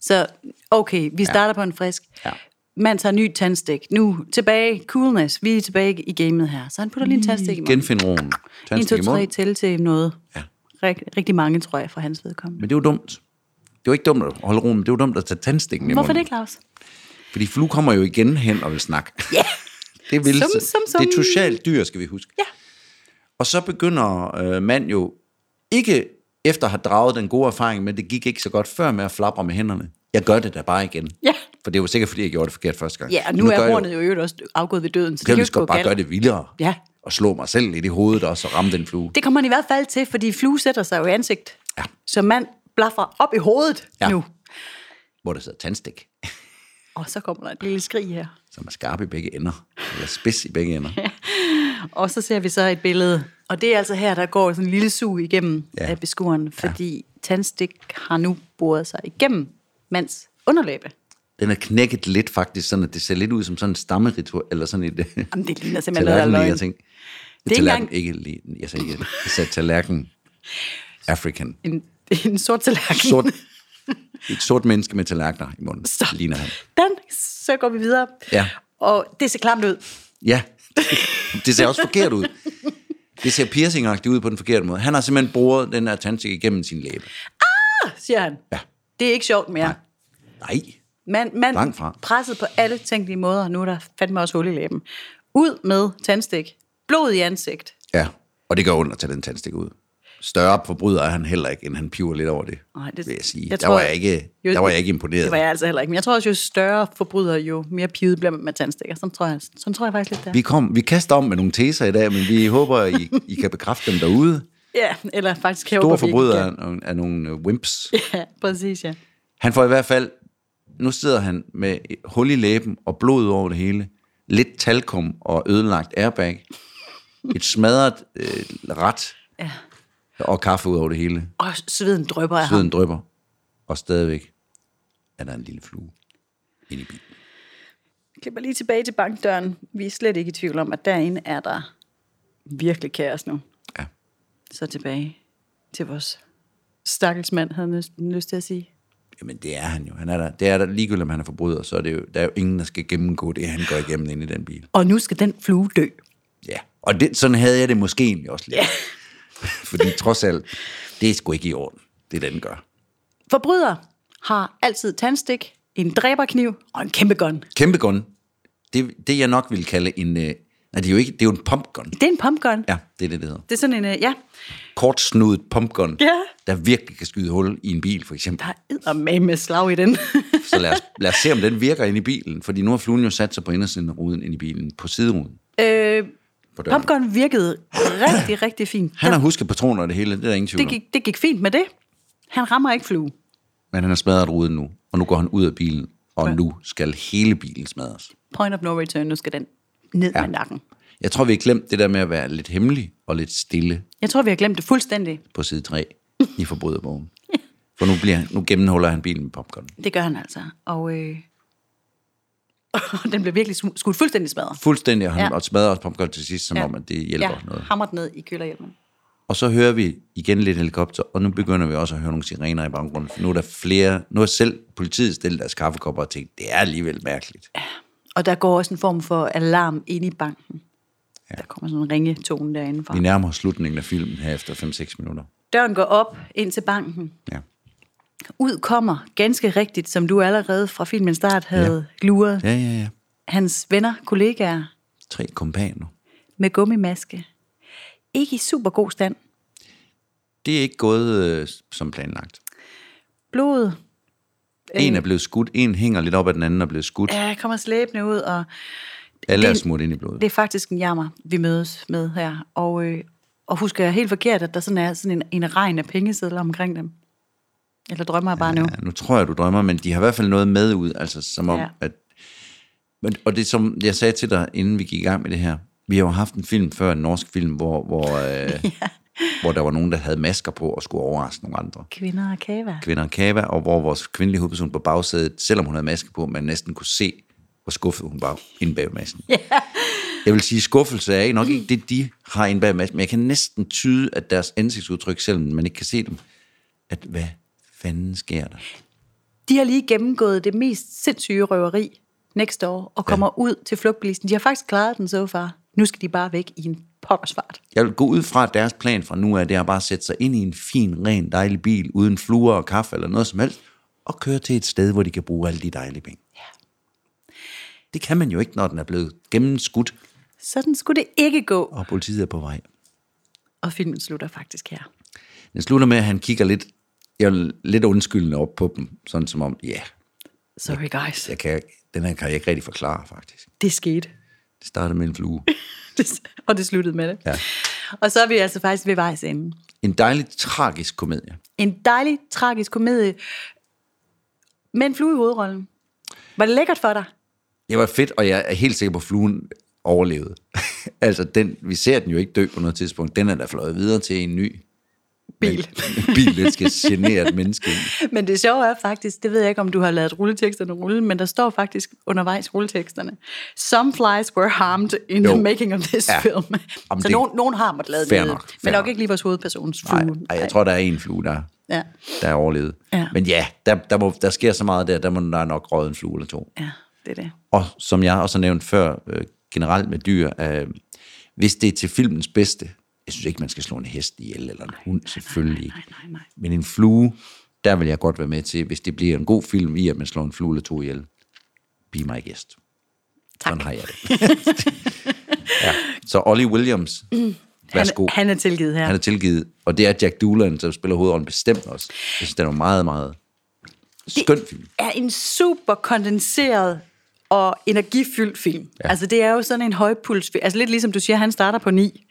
Speaker 2: Så okay, vi starter ja. på en frisk.
Speaker 1: Ja.
Speaker 2: Man tager ny tandstik. Nu tilbage, coolness. Vi er tilbage i gamet her. Så han putter lige en tandstik i munden.
Speaker 1: Genfind roen.
Speaker 2: 1, 2,
Speaker 1: Tandstik i
Speaker 2: 3,
Speaker 1: munden.
Speaker 2: tæl til noget.
Speaker 1: Ja.
Speaker 2: Rigt, rigtig mange, tror jeg, fra hans vedkommende.
Speaker 1: Men det var dumt. Det var ikke dumt at holde roen, men det var dumt at tage tandstikken i
Speaker 2: Hvorfor
Speaker 1: munden.
Speaker 2: det, Claus?
Speaker 1: Fordi flue kommer jo igen hen og vil snakke.
Speaker 2: Ja.
Speaker 1: Det vil
Speaker 2: Som-
Speaker 1: så-
Speaker 2: som- som-
Speaker 1: Det er et socialt dyr, skal vi huske.
Speaker 2: Ja.
Speaker 1: Og så begynder øh, mand jo ikke efter at have draget den gode erfaring, men det gik ikke så godt før med at flapre med hænderne. Jeg gør det da bare igen.
Speaker 2: Ja.
Speaker 1: For det var sikkert, fordi jeg gjorde det forkert første gang.
Speaker 2: Ja, og nu,
Speaker 1: gør
Speaker 2: er
Speaker 1: jeg
Speaker 2: hornet
Speaker 1: jo-
Speaker 2: jo i øvrigt også afgået ved døden, så
Speaker 1: Kan jeg
Speaker 2: det,
Speaker 1: lige så
Speaker 2: det
Speaker 1: godt bare gøre
Speaker 2: galt.
Speaker 1: det vildere.
Speaker 2: Ja.
Speaker 1: Og slå mig selv lidt i hovedet også og ramme den flue.
Speaker 2: Det kommer han i hvert fald til, fordi flue sætter sig jo i ansigt.
Speaker 1: Ja.
Speaker 2: Så man blaffer op i hovedet ja.
Speaker 1: Ja.
Speaker 2: nu.
Speaker 1: Hvor der sidder tandstik,
Speaker 2: Og så kommer der et lille skrig her.
Speaker 1: som er skarp i begge ender. Eller spids i begge ender.
Speaker 2: Og så ser vi så et billede, Og det er altså her, der går sådan en lille sug igennem
Speaker 1: Ja.
Speaker 2: ja. af beskueren, fordi ja. tandstik har nu boret sig igennem mands underlæbe.
Speaker 1: Den er knækket lidt faktisk, sådan at det ser lidt ud som sådan en stammeritual, eller sådan et... øh,
Speaker 2: Jamen, det ligner simpelthen noget, der er
Speaker 1: tallerken,
Speaker 2: løgn.
Speaker 1: jeg tænkte.
Speaker 2: Det er ikke
Speaker 1: tallerken,
Speaker 2: engang
Speaker 1: ikke lige, jeg sagde ikke, jeg sagde tallerken, African.
Speaker 2: en, en sort tallerken.
Speaker 1: Sort, et sort menneske med tallerkener i munden,
Speaker 2: Så.
Speaker 1: ligner han.
Speaker 2: Den, så går vi videre.
Speaker 1: Ja.
Speaker 2: Og det ser klamt ud.
Speaker 1: Ja, det ser også forkert ud. Det ser piercingagtigt ud på den forkerte måde. Han har simpelthen boret den her tandstik igennem sin læbe.
Speaker 2: siger han.
Speaker 1: Ja.
Speaker 2: Det er ikke sjovt mere. Nej.
Speaker 1: Nej,
Speaker 2: Man, man
Speaker 1: Langt fra.
Speaker 2: presset på alle tænkelige måder, og nu er der fandme også hul i læben. Ud med tandstik. Blod i ansigt.
Speaker 1: ja, og det gør ondt at tage den tandstik ud. Større forbryder er han heller ikke, end han piver lidt over det,
Speaker 2: Nej, det-
Speaker 1: vil jeg sige.
Speaker 2: jeg
Speaker 1: der,
Speaker 2: tror-
Speaker 1: var jeg ikke,
Speaker 2: Jo,
Speaker 1: der var jeg ikke imponeret.
Speaker 2: Det var jeg altså heller ikke. Men jeg tror også, jo større forbryder, jo mere pivet bliver man med tandstikker. Sådan tror jeg, sådan tror jeg faktisk lidt der.
Speaker 1: Vi, kom, vi kaster om med nogle teser i dag, men vi håber, I, I kan bekræfte dem derude.
Speaker 2: Ja, eller faktisk kan
Speaker 1: Store
Speaker 2: jeg håber, vi ikke
Speaker 1: forbrydere er, er nogle øh, wimps.
Speaker 2: kan. Ja, præcis, ja.
Speaker 1: Han får i hvert fald... Nu sidder han med et hul i læben og blod over det hele. Lidt talkum og ødelagt airbag. Et smadret øh, ret.
Speaker 2: Ja.
Speaker 1: Og kaffe ud over det hele.
Speaker 2: Og sveden drøber af ham.
Speaker 1: Sveden drypper. Og stadigvæk er der en lille flue inde i bilen.
Speaker 2: Klipper lige tilbage til bankdøren. Vi er slet ikke i tvivl om, at derinde er der virkelig kaos nu.
Speaker 1: Ja.
Speaker 2: Så tilbage til vores stakkels mand, havde jeg næsten lyst til at sige.
Speaker 1: Jamen, det er han jo. Han er der. Det er der ligegyldigt, om han er forbryder, så er det jo, der er jo ingen, der skal gennemgå det, han går igennem inde i den bil.
Speaker 2: Og nu skal den flue dø.
Speaker 1: Ja, og det, sådan havde jeg det måske egentlig også lidt. Fordi trods alt, det er sgu ikke i orden, det den gør.
Speaker 2: Forbryder har altid tandstik, en dræberkniv og en kæmpe gun.
Speaker 1: Kæmpe gun. Det, det jeg nok ville kalde en... Øh, nej, det er jo ikke... Det er jo en pumpgun.
Speaker 2: Det er en pumpgun.
Speaker 1: Ja, det er det, det hedder.
Speaker 2: Det er sådan en, øh, ja,
Speaker 1: Kortsnudet pumpgun,
Speaker 2: Ja.
Speaker 1: der virkelig kan skyde hul i en bil, for eksempel.
Speaker 2: der er eddermame med slag i den.
Speaker 1: Så lad os, lad os se, om den virker inde i bilen. Fordi nu har fluen jo sat sig på indersiden af ruden ind i bilen, på sideruden.
Speaker 2: øh,
Speaker 1: På døren.
Speaker 2: pumpgun virkede rigtig, rigtig fint.
Speaker 1: Han har husket patroner og det hele, det er der ingen tvivl
Speaker 2: det,
Speaker 1: om.
Speaker 2: gik, det gik fint med det. Han rammer ikke flue.
Speaker 1: Men han har smadret ruden nu, og nu går han ud af bilen, og nu skal hele bilen smadres.
Speaker 2: Point of no return, nu skal den ned ja. med nakken.
Speaker 1: Jeg tror, vi har glemt det der med at være lidt hemmelig og lidt stille
Speaker 2: Jeg tror, vi har glemt det fuldstændig.
Speaker 1: på side 3 i forbryderbogen. For nu, bliver, han- nu gennemhuller han bilen med popcorn.
Speaker 2: Det gør han altså. Og øh, den blev virkelig smu- skudt fuldstændig smadret.
Speaker 1: Fuldstændig, og han
Speaker 2: Ja.
Speaker 1: ja. smadrer også popcorn til sidst, som ja. om, at det hjælper
Speaker 2: ja,
Speaker 1: ja. noget.
Speaker 2: hamret ned i kølerhjelmen.
Speaker 1: Og så hører vi igen lidt helikopter, og nu begynder vi også at høre nogle sirener i baggrunden. For nu er der flere, nu er selv politiet stillet deres kaffekopper og tænkt, det er alligevel mærkeligt.
Speaker 2: Og der går også en form for alarm ind i banken. Ja. Der kommer sådan en ringetone derinde fra.
Speaker 1: Vi nærmer os slutningen af filmen her efter 5-6 minutter.
Speaker 2: Døren går op ind til banken.
Speaker 1: Ja.
Speaker 2: Ud kommer ganske rigtigt, som du allerede fra filmens start havde ja. luret,
Speaker 1: ja, ja, ja.
Speaker 2: hans venner, kollegaer
Speaker 1: Tre kompaner.
Speaker 2: med gummimaske. Ikke i super god stand.
Speaker 1: Det er ikke gået øh, som planlagt.
Speaker 2: Blodet
Speaker 1: En er blevet skudt, en hænger lidt op af den anden og er blevet skudt.
Speaker 2: Øh. ja, kommer slæbende ud, og
Speaker 1: Alle er
Speaker 2: det-
Speaker 1: smurt ind i blodet.
Speaker 2: det er faktisk en jammer, vi mødes med her. Og, øh, og husker jeg helt forkert, at der sådan er sådan en, en regn af pengesedler omkring dem? Eller drømmer jeg bare ja. nu?
Speaker 1: Ja, nu tror jeg, du drømmer, men de har i hvert fald noget med ud, altså som om,
Speaker 2: Ja.
Speaker 1: ja. at... Men, og det som jeg sagde til dig, inden vi gik i gang med det her, vi har jo haft en film før, en norsk film, hvor, hvor, øh, ja. hvor der var nogen, der havde masker på og skulle overraske nogle andre.
Speaker 2: Kvinder og kava.
Speaker 1: Kvinder og kava, og hvor vores kvindelige hovedperson på bagsædet, selvom hun havde maske på, man næsten kunne se, hvor skuffet hun var inde bag masken. Ja. Jeg vil sige, skuffelse er nok ikke det, de har inde bag masken, men jeg kan næsten tyde, at deres ansigtsudtryk, selvom man ikke kan se dem, at hvad fanden sker der?
Speaker 2: De har lige gennemgået det mest sindssyge røveri næste år, og kommer ja. ud til flugtbilisten. De har faktisk klaret den så far. Nu skal de bare væk i en poppersfart.
Speaker 1: Jeg vil gå ud fra, at deres plan fra nu af, det er bare at sætte sig ind i en fin, ren, dejlig bil, uden fluer og kaffe eller noget som helst, og køre til et sted, hvor de kan bruge alle de dejlige penge. Ja. Det kan man jo ikke, når den er blevet gennemskudt,
Speaker 2: Sådan skulle det ikke gå.
Speaker 1: og politiet er på vej.
Speaker 2: Og filmen slutter faktisk her.
Speaker 1: Den slutter med, at han kigger lidt, jeg vil, lidt undskyldende op på dem, sådan som om, ja, yeah,
Speaker 2: Sorry guys.
Speaker 1: jeg kan, den her kan jeg ikke rigtig forklare, faktisk.
Speaker 2: Det skete.
Speaker 1: Det startede med en flue.
Speaker 2: Det- og det sluttede med det.
Speaker 1: Ja.
Speaker 2: Og så er vi altså faktisk ved vejs ende.
Speaker 1: En dejlig, tragisk komedie.
Speaker 2: En dejlig, tragisk komedie med en flue i hovedrollen. Var det lækkert for dig?
Speaker 1: Det var fedt, og jeg er helt sikker på, at fluen overlevede. Altså, den, vi ser den jo ikke dø på noget tidspunkt. Den er da fløjet videre til en ny
Speaker 2: Bil.
Speaker 1: Men- bil, den skal genere et menneske.
Speaker 2: Men det sjove er faktisk, det ved jeg ikke, om du har lavet rulleteksterne rulle, men der står faktisk undervejs rulleteksterne. Some flies were harmed in jo.
Speaker 1: Jo.
Speaker 2: the making of this
Speaker 1: Ja.
Speaker 2: ja. film. Jamen, så
Speaker 1: det-
Speaker 2: nogen, nogen har måttet lade
Speaker 1: Fair
Speaker 2: det,
Speaker 1: nok, fair
Speaker 2: men nok
Speaker 1: nok.
Speaker 2: ikke lige vores hovedpersons flue.
Speaker 1: Nej, nej, jeg tror, der er en flue, der,
Speaker 2: Ja.
Speaker 1: der er overlevet.
Speaker 2: Ja.
Speaker 1: Men ja, der, der, må, der sker så meget der, der må der er nok røget en flue eller to.
Speaker 2: ja, det er det.
Speaker 1: Og som jeg også har nævnt før, øh, generelt med dyr, øh, hvis det er til filmens bedste, jeg synes ikke, man skal slå en hest ihjel, eller en hund selvfølgelig.
Speaker 2: nej, nej, nej.
Speaker 1: Men en flue, der vil jeg godt være med til, hvis det bliver en god film i, at man slår en flue eller to ihjel. Be my guest.
Speaker 2: Tak.
Speaker 1: Sådan har jeg det. ja. Så Ollie Williams, værsgo.
Speaker 2: Mm. Han, han er tilgivet her.
Speaker 1: Han er tilgivet, og det er Jack Doolan, som spiller hovedrollen bestemt også. Jeg synes, den er en meget, meget skøn film.
Speaker 2: er en super kondenseret og energifyldt film. Ja. Altså det er jo sådan en højpulsfilm. Altså lidt ligesom du siger, han starter på ni.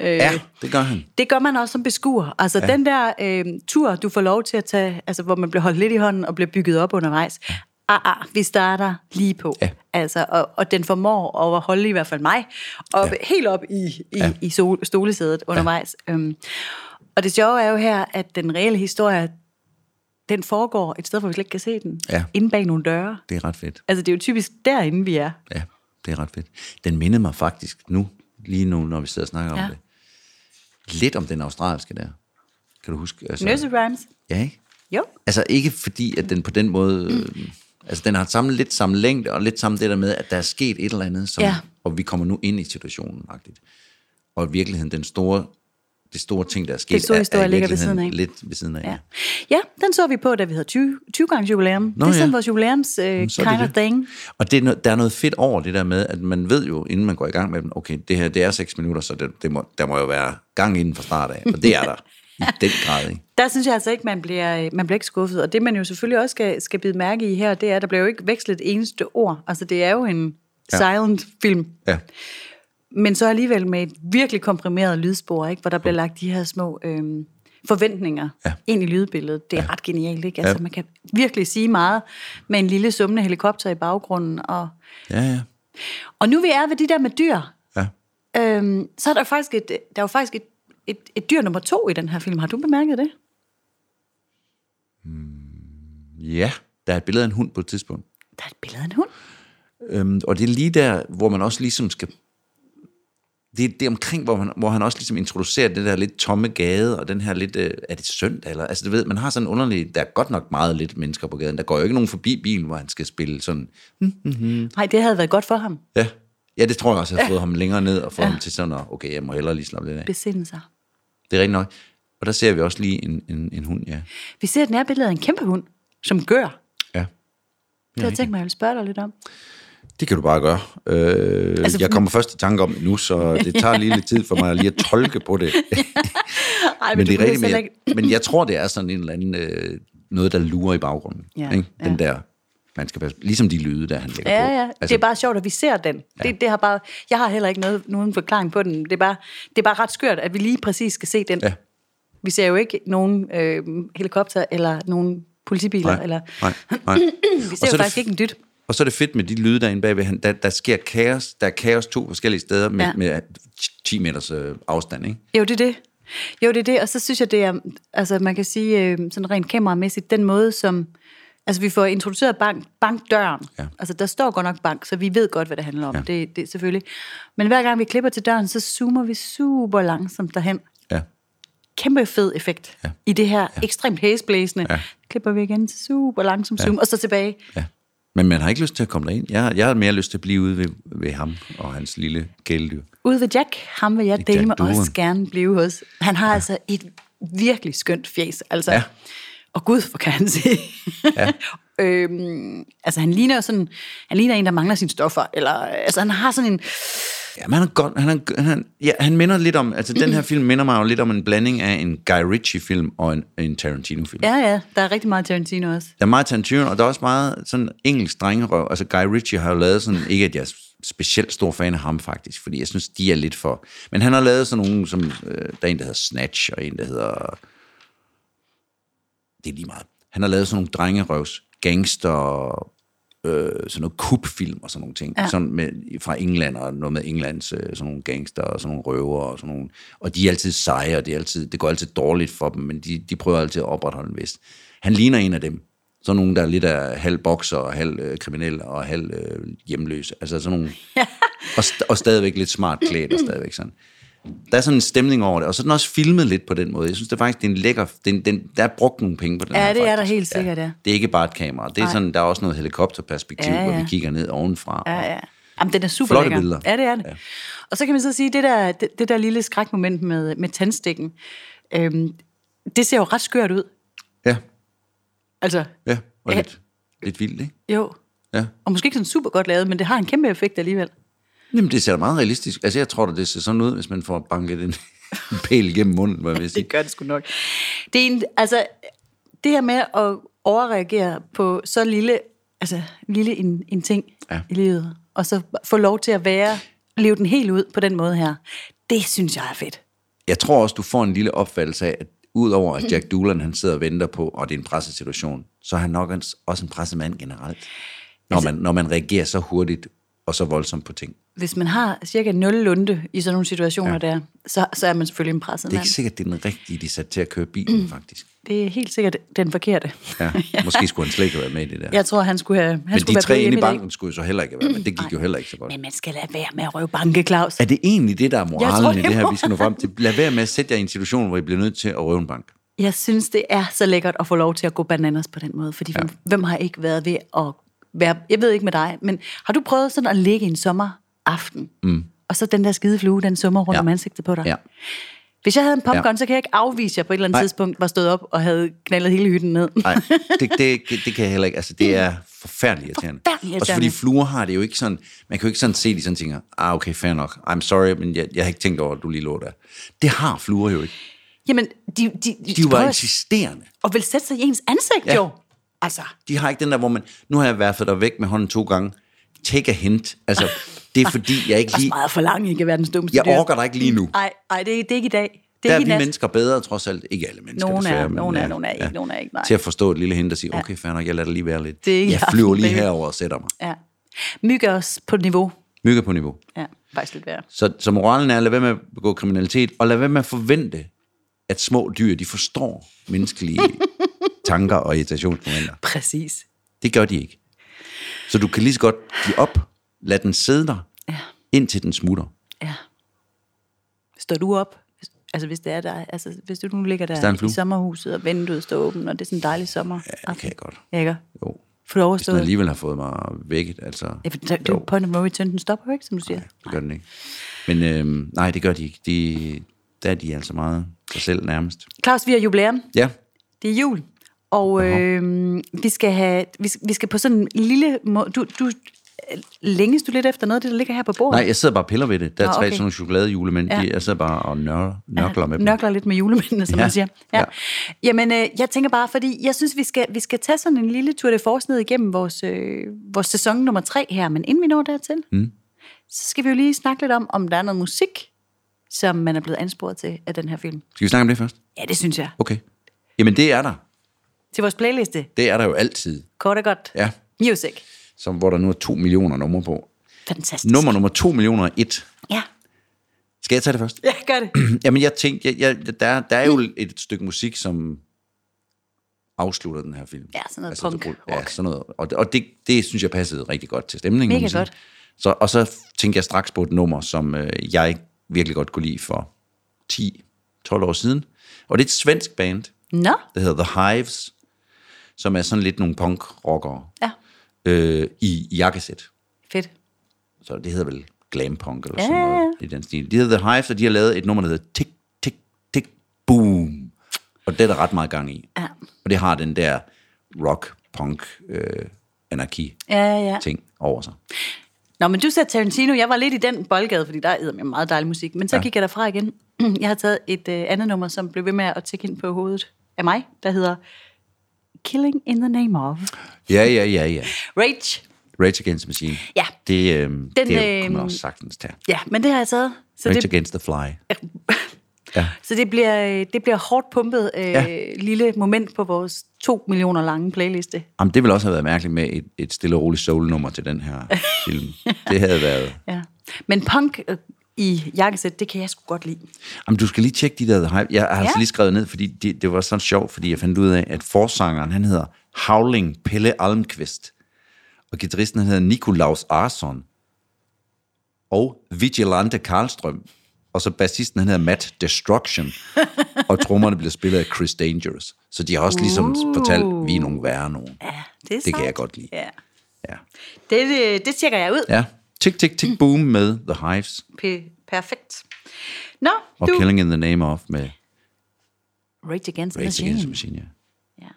Speaker 2: Øh,
Speaker 1: Ja, det gør han.
Speaker 2: Det gør man også som beskuer. Altså ja. den der øh, tur, du får lov til at tage, altså hvor man bliver holdt lidt i hånden og bliver bygget op undervejs. Ah, ah, vi starter lige på.
Speaker 1: Ja.
Speaker 2: Altså, og, og den formår at holde i hvert fald mig op, ja. helt op i, i, ja. i sol, stolesædet undervejs. Ja. Øhm, og det sjove er jo her, at den reelle historie, den foregår et sted, hvor vi slet ikke kan se den.
Speaker 1: Ja.
Speaker 2: Inde bag nogle døre.
Speaker 1: Det er ret fedt.
Speaker 2: Altså, det er jo typisk derinde, vi er.
Speaker 1: Ja, det er ret fedt. Den mindede mig faktisk nu, lige nu, når vi sidder og snakker
Speaker 2: Ja.
Speaker 1: om det. Lidt om den australske der. Kan du huske? Altså,
Speaker 2: Nursery Rhymes?
Speaker 1: Ja, ikke?
Speaker 2: Jo.
Speaker 1: Altså ikke fordi, at den på den måde...
Speaker 2: Mm.
Speaker 1: Øh, altså den har samme, lidt samme længde, og lidt samme det der med, at der er sket et eller andet, som,
Speaker 2: Ja.
Speaker 1: og vi kommer nu ind i situationen, agtigt. Og i virkeligheden, den store, det store ting, der er sket,
Speaker 2: store
Speaker 1: er, er
Speaker 2: historie
Speaker 1: i
Speaker 2: ligger ved
Speaker 1: virkeligheden
Speaker 2: siden af.
Speaker 1: lidt ved siden af.
Speaker 2: Ja. ja, den så vi på, da vi havde 20, 20 gange jubilæum. Nå, det er sådan
Speaker 1: ja.
Speaker 2: vores jubilæums øh,
Speaker 1: Så er
Speaker 2: kind
Speaker 1: det
Speaker 2: of
Speaker 1: det.
Speaker 2: thing.
Speaker 1: Og det er no, der er noget fedt over det der med, at man ved jo, inden man går i gang med dem, okay, det her det er 6 minutter, så det, det må, der må jo være gang inden fra start af. Og det er der i den grad, ikke?
Speaker 2: Der synes jeg altså ikke, man bliver, man bliver ikke skuffet. Og det, man jo selvfølgelig også skal, skal bide mærke i her, det er, at der bliver jo ikke vekslet et eneste ord. Altså, det er jo en ja. silent film.
Speaker 1: Ja.
Speaker 2: Men så alligevel med et virkelig komprimeret lydspor, ikke? hvor der bliver lagt de her små øhm, forventninger ja. ind i lydbilledet. Det er ja. ret genialt, ikke? Altså, ja. man kan virkelig sige meget med en lille summende helikopter i baggrunden. Og,
Speaker 1: Ja, ja.
Speaker 2: og nu vi er ved de der med dyr,
Speaker 1: ja.
Speaker 2: øhm, så er der faktisk et, der er jo faktisk et, et, et dyr nummer to i den her film. Har du bemærket det?
Speaker 1: Ja, der er et billede af en hund på et tidspunkt.
Speaker 2: Der er et billede af en hund.
Speaker 1: Øhm, og det er lige der, hvor man også ligesom skal... Det, er- det er omkring, hvor, man, hvor han også ligesom introducerer det der lidt tomme gade, og den her lidt, øh, er det søndag? Eller, altså, du ved, man har sådan en underlig... Der er godt nok meget lidt mennesker på gaden. Der går jo ikke nogen forbi bilen, hvor han skal spille sådan... Mm.
Speaker 2: Nej, det havde været godt for ham.
Speaker 1: Ja, ja det tror jeg også, jeg har fået ham længere ned og fået ja. ham til sådan, at, okay, jeg må hellere lige slappe lidt af.
Speaker 2: Besinde sig.
Speaker 1: Det er rigtigt nok. Og der ser vi også lige en, en, en hund, ja.
Speaker 2: Vi ser et nærbillede af en kæmpe hund, som gør.
Speaker 1: ja.
Speaker 2: Det har jeg tænkt mig, jeg vil spørge dig lidt om.
Speaker 1: Det kan du bare gøre. Øh, altså,
Speaker 2: Altså,
Speaker 1: jeg
Speaker 2: fordi-
Speaker 1: kommer først i tanke om det nu, så det tager lige lidt tid for mig lige at tolke på det.
Speaker 2: Ej,
Speaker 1: men, det
Speaker 2: du
Speaker 1: er rigtigt,
Speaker 2: ved
Speaker 1: men,
Speaker 2: selv
Speaker 1: jeg,
Speaker 2: ikke-
Speaker 1: men jeg tror, det er sådan en eller anden, øh, noget, der lurer i baggrunden.
Speaker 2: Ja,
Speaker 1: ikke? Den
Speaker 2: ja.
Speaker 1: der, man skal passe, ligesom de lyde, der han lægger på.
Speaker 2: Ja, ja. Altså, det er bare sjovt, at vi ser den. Ja. Det, det har bare, jeg har heller ikke noget, nogen forklaring på den. Det er, bare, det er bare ret skørt, at vi lige præcis skal se den.
Speaker 1: Ja.
Speaker 2: Vi ser jo ikke nogen øh, helikopter eller nogen politibiler.
Speaker 1: Nej,
Speaker 2: Eller,
Speaker 1: nej, nej.
Speaker 2: vi
Speaker 1: Og
Speaker 2: ser
Speaker 1: så er
Speaker 2: jo
Speaker 1: det
Speaker 2: faktisk
Speaker 1: f-
Speaker 2: ikke en dyt.
Speaker 1: Og så er det fedt med de lyde derinde bagved. Han, der, der sker kaos. Der er kaos to forskellige steder med,
Speaker 2: Ja.
Speaker 1: ja. med 10 meters øh, afstand, ikke?
Speaker 2: Jo, det er det. Jo, det er det, og så synes jeg, det er, altså man kan sige, øh, sådan rent kameramæssigt, den måde, som, altså vi får introduceret bank, bankdøren.
Speaker 1: Ja.
Speaker 2: Altså der står godt nok bank, så vi ved godt, hvad det handler om, ja. det, det selvfølgelig. Men hver gang vi klipper til døren, så zoomer vi super langsomt derhen.
Speaker 1: Ja.
Speaker 2: Kæmpe fed effekt ja. i det her ja. ekstremt hæsblæsende. Ja. Klipper vi igen til super langsomt zoom, og så tilbage.
Speaker 1: ja. Men man har ikke lyst til at komme derind. Jeg, jeg har mere lyst til at blive ude ved, ved ham og hans lille kæledyr.
Speaker 2: Ude ved Jack, ham vil jeg
Speaker 1: Jack
Speaker 2: dele med
Speaker 1: Duren.
Speaker 2: også gerne blive hos. Han har ja. altså et virkelig skønt fjes, altså. Ja.
Speaker 1: Ja.
Speaker 2: Og gud, hvor kan han se. Ja. øhm, altså, han ligner jo sådan, han ligner en, der mangler sine stoffer, eller, altså, han har sådan en,
Speaker 1: Ja, men han, er godt, han, er, han, ja, han minder lidt om... Altså, den her film minder mig jo lidt om en blanding af en Guy Ritchie-film og en, en Tarantino-film.
Speaker 2: ja, ja, der er rigtig meget Tarantino også.
Speaker 1: Der er meget Tarantino, og der er også meget sådan engelsk drengerøv. Altså Guy Ritchie har jo lavet sådan, ikke at jeg er specielt stor fan af ham faktisk, fordi jeg synes, de er lidt for... Men han har lavet sådan nogle, som, øh, der er en, der hedder Snatch, og en, der hedder... Det er lige meget. Han har lavet sådan nogle drengerøvs gangster øh, sådan noget kubfilm og sådan nogle ting.
Speaker 2: Ja.
Speaker 1: Ja. Sådan med, fra England og noget med Englands øh, sådan nogle gangster og sådan nogle røver og sådan nogle. Og de er altid seje, og de er altid, det går altid dårligt for dem, men de, de prøver altid at opretholde en vest. Han ligner en af dem. Sådan nogen, der er lidt af halv bokser og halv øh, kriminel og halv øh, hjemløs. Altså sådan nogle... og, st- og stadigvæk lidt smart klædt og stadigvæk sådan. Der er sådan en stemning over det, og så er den også filmet lidt på den måde. Jeg synes, det er faktisk det er en lækker... Den, den, der er brugt nogle penge på den
Speaker 2: Ja,
Speaker 1: her,
Speaker 2: det er der
Speaker 1: faktisk.
Speaker 2: helt sikkert, ja.
Speaker 1: Det er ikke bare et kamera. Det er sådan, der er også noget helikopterperspektiv,
Speaker 2: Ja,
Speaker 1: ja, ja.
Speaker 2: ja.
Speaker 1: hvor vi kigger ned ovenfra.
Speaker 2: Ja, ja. Jamen, den er super
Speaker 1: Flotte
Speaker 2: lækker.
Speaker 1: billeder.
Speaker 2: Ja, det er det. Ja. Og så kan man så sige, det der, det, det der lille skrækmoment med, med tandstikken, øhm, det ser jo ret skørt ud.
Speaker 1: Ja,
Speaker 2: Altså,
Speaker 1: ja. Og
Speaker 2: Ja.
Speaker 1: lidt, lidt vildt, ikke?
Speaker 2: jo.
Speaker 1: Ja.
Speaker 2: Og måske ikke sådan super godt lavet, men det har en kæmpe effekt alligevel.
Speaker 1: Jamen, det ser da meget realistisk. Altså, jeg tror da, det ser sådan ud, hvis man får banket en en pæl gennem munden, må jeg vil sige.
Speaker 2: Det gør det sgu nok. Det er en, altså, det her med at overreagere på så lille, altså, lille en, en ting ja.
Speaker 1: Ja.
Speaker 2: i livet, og så få lov til at være, leve den helt ud på den måde her, det synes jeg er fedt.
Speaker 1: Jeg tror også, du får en lille opfattelse af, at udover at Jack Doolan, han sidder og venter på, og det er en pressesituation, så er han nok ens- også en pressemand generelt. Når
Speaker 2: Altså-
Speaker 1: man, når man reagerer så hurtigt og så voldsomt på ting.
Speaker 2: Hvis man har cirka 0 lunde i sådan nogle situationer ja. der, så, så er man selvfølgelig en presset
Speaker 1: Det er
Speaker 2: mand.
Speaker 1: ikke sikkert, det er den rigtige, de satte til at køre bilen,
Speaker 2: Mm.
Speaker 1: faktisk.
Speaker 2: Det er helt sikkert den forkerte.
Speaker 1: Ja, måske skulle han slet ikke have været med i det der.
Speaker 2: Jeg tror, han skulle have han
Speaker 1: Men
Speaker 2: skulle
Speaker 1: de
Speaker 2: være
Speaker 1: tre
Speaker 2: blevet
Speaker 1: inde i
Speaker 2: hjemme dag. Mm,
Speaker 1: banken skulle jo så heller ikke være med. Det gik jo heller ikke så godt.
Speaker 2: Men man skal lade være med at røve banke, Claus.
Speaker 1: Er det egentlig det, der er
Speaker 2: Jeg
Speaker 1: moralen
Speaker 2: tror,
Speaker 1: tror,
Speaker 2: det
Speaker 1: det i det
Speaker 2: må-
Speaker 1: her, vi skal nå frem til? Lad være med at sætte jer i en situation, hvor I bliver nødt til at røve en bank.
Speaker 2: Jeg synes, det er så lækkert at få lov til at gå bananas på den måde, fordi ja. hvem har ikke været ved at være... Jeg ved ikke med dig, men har du prøvet sådan at ligge en sommeraften, mm. og så den der skide flue, den summer rundt ja.
Speaker 1: Ja.
Speaker 2: om ansigtet på dig?
Speaker 1: Ja.
Speaker 2: Hvis jeg havde en popcorn,
Speaker 1: Ja.
Speaker 2: så kan jeg ikke afvise, at jeg på et eller andet Nej.
Speaker 1: Nej.
Speaker 2: tidspunkt var stået op og havde knaldet hele hytten ned.
Speaker 1: Nej, det, det, det kan jeg heller ikke. Altså, det er forfærdeligt irriterende.
Speaker 2: Forfærdeligt irriterende.
Speaker 1: Også fordi fluer har det jo ikke sådan... Man kan jo ikke sådan se, de sådan tænker, ah, okay, fair nok. I'm sorry, men jeg, jeg har ikke tænkt over, at du lige lå der. Det har fluer jo ikke.
Speaker 2: Jamen, de, de, de,
Speaker 1: De er jo
Speaker 2: prøver
Speaker 1: bare eksisterende.
Speaker 2: og vil sætte sig i ens ansigt, ja.
Speaker 1: Ja.
Speaker 2: jo. Altså,
Speaker 1: De har ikke den der, hvor man... Nu har jeg værfet dig væk med hånden to gange. Take a hint. Altså, det er fordi, jeg ikke
Speaker 2: også
Speaker 1: lige...
Speaker 2: meget for langt, ikke at være den dummeste
Speaker 1: Jeg orker dig ikke lige nu.
Speaker 2: Nej, nej, det, er- det er ikke i dag. Det
Speaker 1: Der
Speaker 2: er
Speaker 1: er
Speaker 2: ikke
Speaker 1: vi
Speaker 2: i nat.
Speaker 1: mennesker bedre, trods alt. Ikke alle mennesker,
Speaker 2: Nogen er,
Speaker 1: desværre, men,
Speaker 2: nogen er,
Speaker 1: ja,
Speaker 2: nogen er ikke, nogen er ikke, nej.
Speaker 1: Til at forstå et lille hint og sige, okay, fair nok, jeg lader det lige være lidt.
Speaker 2: Det er ikke
Speaker 1: jeg
Speaker 2: i aften,
Speaker 1: flyver lige
Speaker 2: baby.
Speaker 1: herover og sætter mig.
Speaker 2: Ja. Myg er også på niveau.
Speaker 1: Mygge på niveau.
Speaker 2: Ja, faktisk lidt værre.
Speaker 1: Så, så moralen er, lad være med at begå kriminalitet, og lad være med at forvente, at små dyr, de forstår menneskelige tanker og irritationsmomenter.
Speaker 2: Præcis.
Speaker 1: Det gør de ikke. Så du kan lige så godt give op, lad den sidde der,
Speaker 2: Ja.
Speaker 1: indtil den smutter.
Speaker 2: Ja. Står du op? Altså hvis det er der, altså hvis du nu ligger der,
Speaker 1: der er en
Speaker 2: i
Speaker 1: flue?
Speaker 2: sommerhuset, og vinduet står åbent, og det er sådan en dejlig sommer.
Speaker 1: Ja, det kan jeg godt.
Speaker 2: Ja, ikke?
Speaker 1: Jo.
Speaker 2: For det
Speaker 1: Den
Speaker 2: overstået. Lige...
Speaker 1: alligevel har fået mig vækket, altså.
Speaker 2: Ja, for der, det er jo point of no return, den stopper jo ikke, som du siger.
Speaker 1: Det gør den ikke. Men øhm, nej, det gør de ikke. De, der er de altså meget sig selv nærmest.
Speaker 2: Claus, vi har jubilæum.
Speaker 1: Ja,
Speaker 2: Det er jul. Og øh, vi, skal have, vi, vi skal på sådan en lille måde... Du, du, længes du lidt efter noget af det, der ligger her på bordet?
Speaker 1: nej, jeg sidder bare og piller ved det. Der er
Speaker 2: Nå,
Speaker 1: tre
Speaker 2: okay.
Speaker 1: sådan nogle chokoladehjule, men
Speaker 2: Ja.
Speaker 1: ja. jeg sidder bare og nør, nørkler med dem.
Speaker 2: Nørkler lidt med julemændene, som ja.
Speaker 1: Ja,
Speaker 2: man siger. Ja. Ja.
Speaker 1: ja.
Speaker 2: Jamen, øh, jeg tænker bare, fordi jeg synes, vi skal, vi skal tage sådan en lille tur det forsned igennem vores, øh, vores sæson nummer tre her. Men inden vi når dertil, mm. så skal vi jo lige snakke lidt om, om der er noget musik, som man er blevet ansporet til af den her film.
Speaker 1: Skal vi snakke om det først?
Speaker 2: Ja, det synes jeg.
Speaker 1: Okay. Jamen, det er der.
Speaker 2: Til vores playliste.
Speaker 1: Det er der jo altid.
Speaker 2: Kort og godt.
Speaker 1: Ja.
Speaker 2: Music.
Speaker 1: Som, hvor der nu er to millioner numre på.
Speaker 2: Fantastisk.
Speaker 1: Nummer nummer to millioner et.
Speaker 2: Ja,
Speaker 1: Skal jeg tage det først?
Speaker 2: ja gør det.
Speaker 1: Jamen, jeg tænkte, jeg, jeg, der, der er
Speaker 2: Mm.
Speaker 1: jo et stykke musik, som afslutter den her film. Altså,
Speaker 2: Ja, sådan
Speaker 1: det
Speaker 2: noget punk
Speaker 1: rull- Ja,
Speaker 2: rock.
Speaker 1: sådan noget. Og, det- og det, det synes jeg passede rigtig godt til stemningen.
Speaker 2: Mega
Speaker 1: må man sige.
Speaker 2: godt.
Speaker 1: Så, og så tænkte jeg straks på et nummer, som øh, jeg virkelig godt kunne lide for 10-12 år siden. Og det er et svensk band,
Speaker 2: Nå,
Speaker 1: der hedder The Hives, som er sådan lidt nogle punk-rockere
Speaker 2: ja.
Speaker 1: øh, i i jakkesæt.
Speaker 2: Fedt.
Speaker 1: Så det hedder vel glampunk eller
Speaker 2: Ja,
Speaker 1: sådan
Speaker 2: ja, ja.
Speaker 1: noget i den stil. De hedder The Hives, og de har lavet et nummer, der hedder Tick, Tick, Tick, Boom. Og det er der ret meget gang i.
Speaker 2: Ja.
Speaker 1: Og det har den der rock, punk, øh, anarki
Speaker 2: Ja, ja, ja.
Speaker 1: ting over sig.
Speaker 2: Nå, men du sagde Tarantino. Jeg var lidt i den boldgade, fordi der er med meget dejlig musik. Men så ja. gik jeg derfra igen. Jeg har taget et øh, andet nummer, som blev ved med at tække ind på hovedet af mig, der hedder Killing in the Name of.
Speaker 1: Ja, ja, ja, ja.
Speaker 2: Rage.
Speaker 1: Rage Against the Machine.
Speaker 2: Ja.
Speaker 1: Det, øh, den, det kunne
Speaker 2: øh,
Speaker 1: man også sagtens tage.
Speaker 2: Ja, men det har jeg taget. Så
Speaker 1: Rage
Speaker 2: det,
Speaker 1: Against the Fly.
Speaker 2: Ja. Så det bliver, øh, det bliver hårdt pumpet øh, ja. lille moment på vores to millioner lange playliste.
Speaker 1: Jamen, det ville også have været mærkeligt med et, et stille og roligt soulnummer til den her film. Det havde været...
Speaker 2: Ja. Men punk øh, i jakkesæt, det kan jeg sgu godt lide.
Speaker 1: Jamen, du skal lige tjekke de der The Hype. Jeg har ja. altså lige skrevet ned, fordi det, det var sådan sjovt, fordi jeg fandt ud af, at forsangeren, han hedder Howling Pelle Almqvist, og guitaristen, han hedder Nikolaus Arson, og Vigilante Karlstrøm, og så bassisten, han hedder Matt Destruction, og trommerne bliver spillet af Chris Dangerous. Så de har også ligesom uh. fortalt, vi er nogle værre nogen.
Speaker 2: Ja,
Speaker 1: Det
Speaker 2: det er
Speaker 1: kan
Speaker 2: sandt.
Speaker 1: jeg godt lide.
Speaker 2: Ja.
Speaker 1: Ja.
Speaker 2: Det, det, det tjekker jeg ud.
Speaker 1: ja. Tick, tick, tick, boom med The Hives,
Speaker 2: P- perfekt. Nå,
Speaker 1: og
Speaker 2: du...
Speaker 1: Killing in the Name of med
Speaker 2: Rage Against the
Speaker 1: Rage
Speaker 2: Machine.
Speaker 1: Against the Machine. Ja.
Speaker 2: Ja.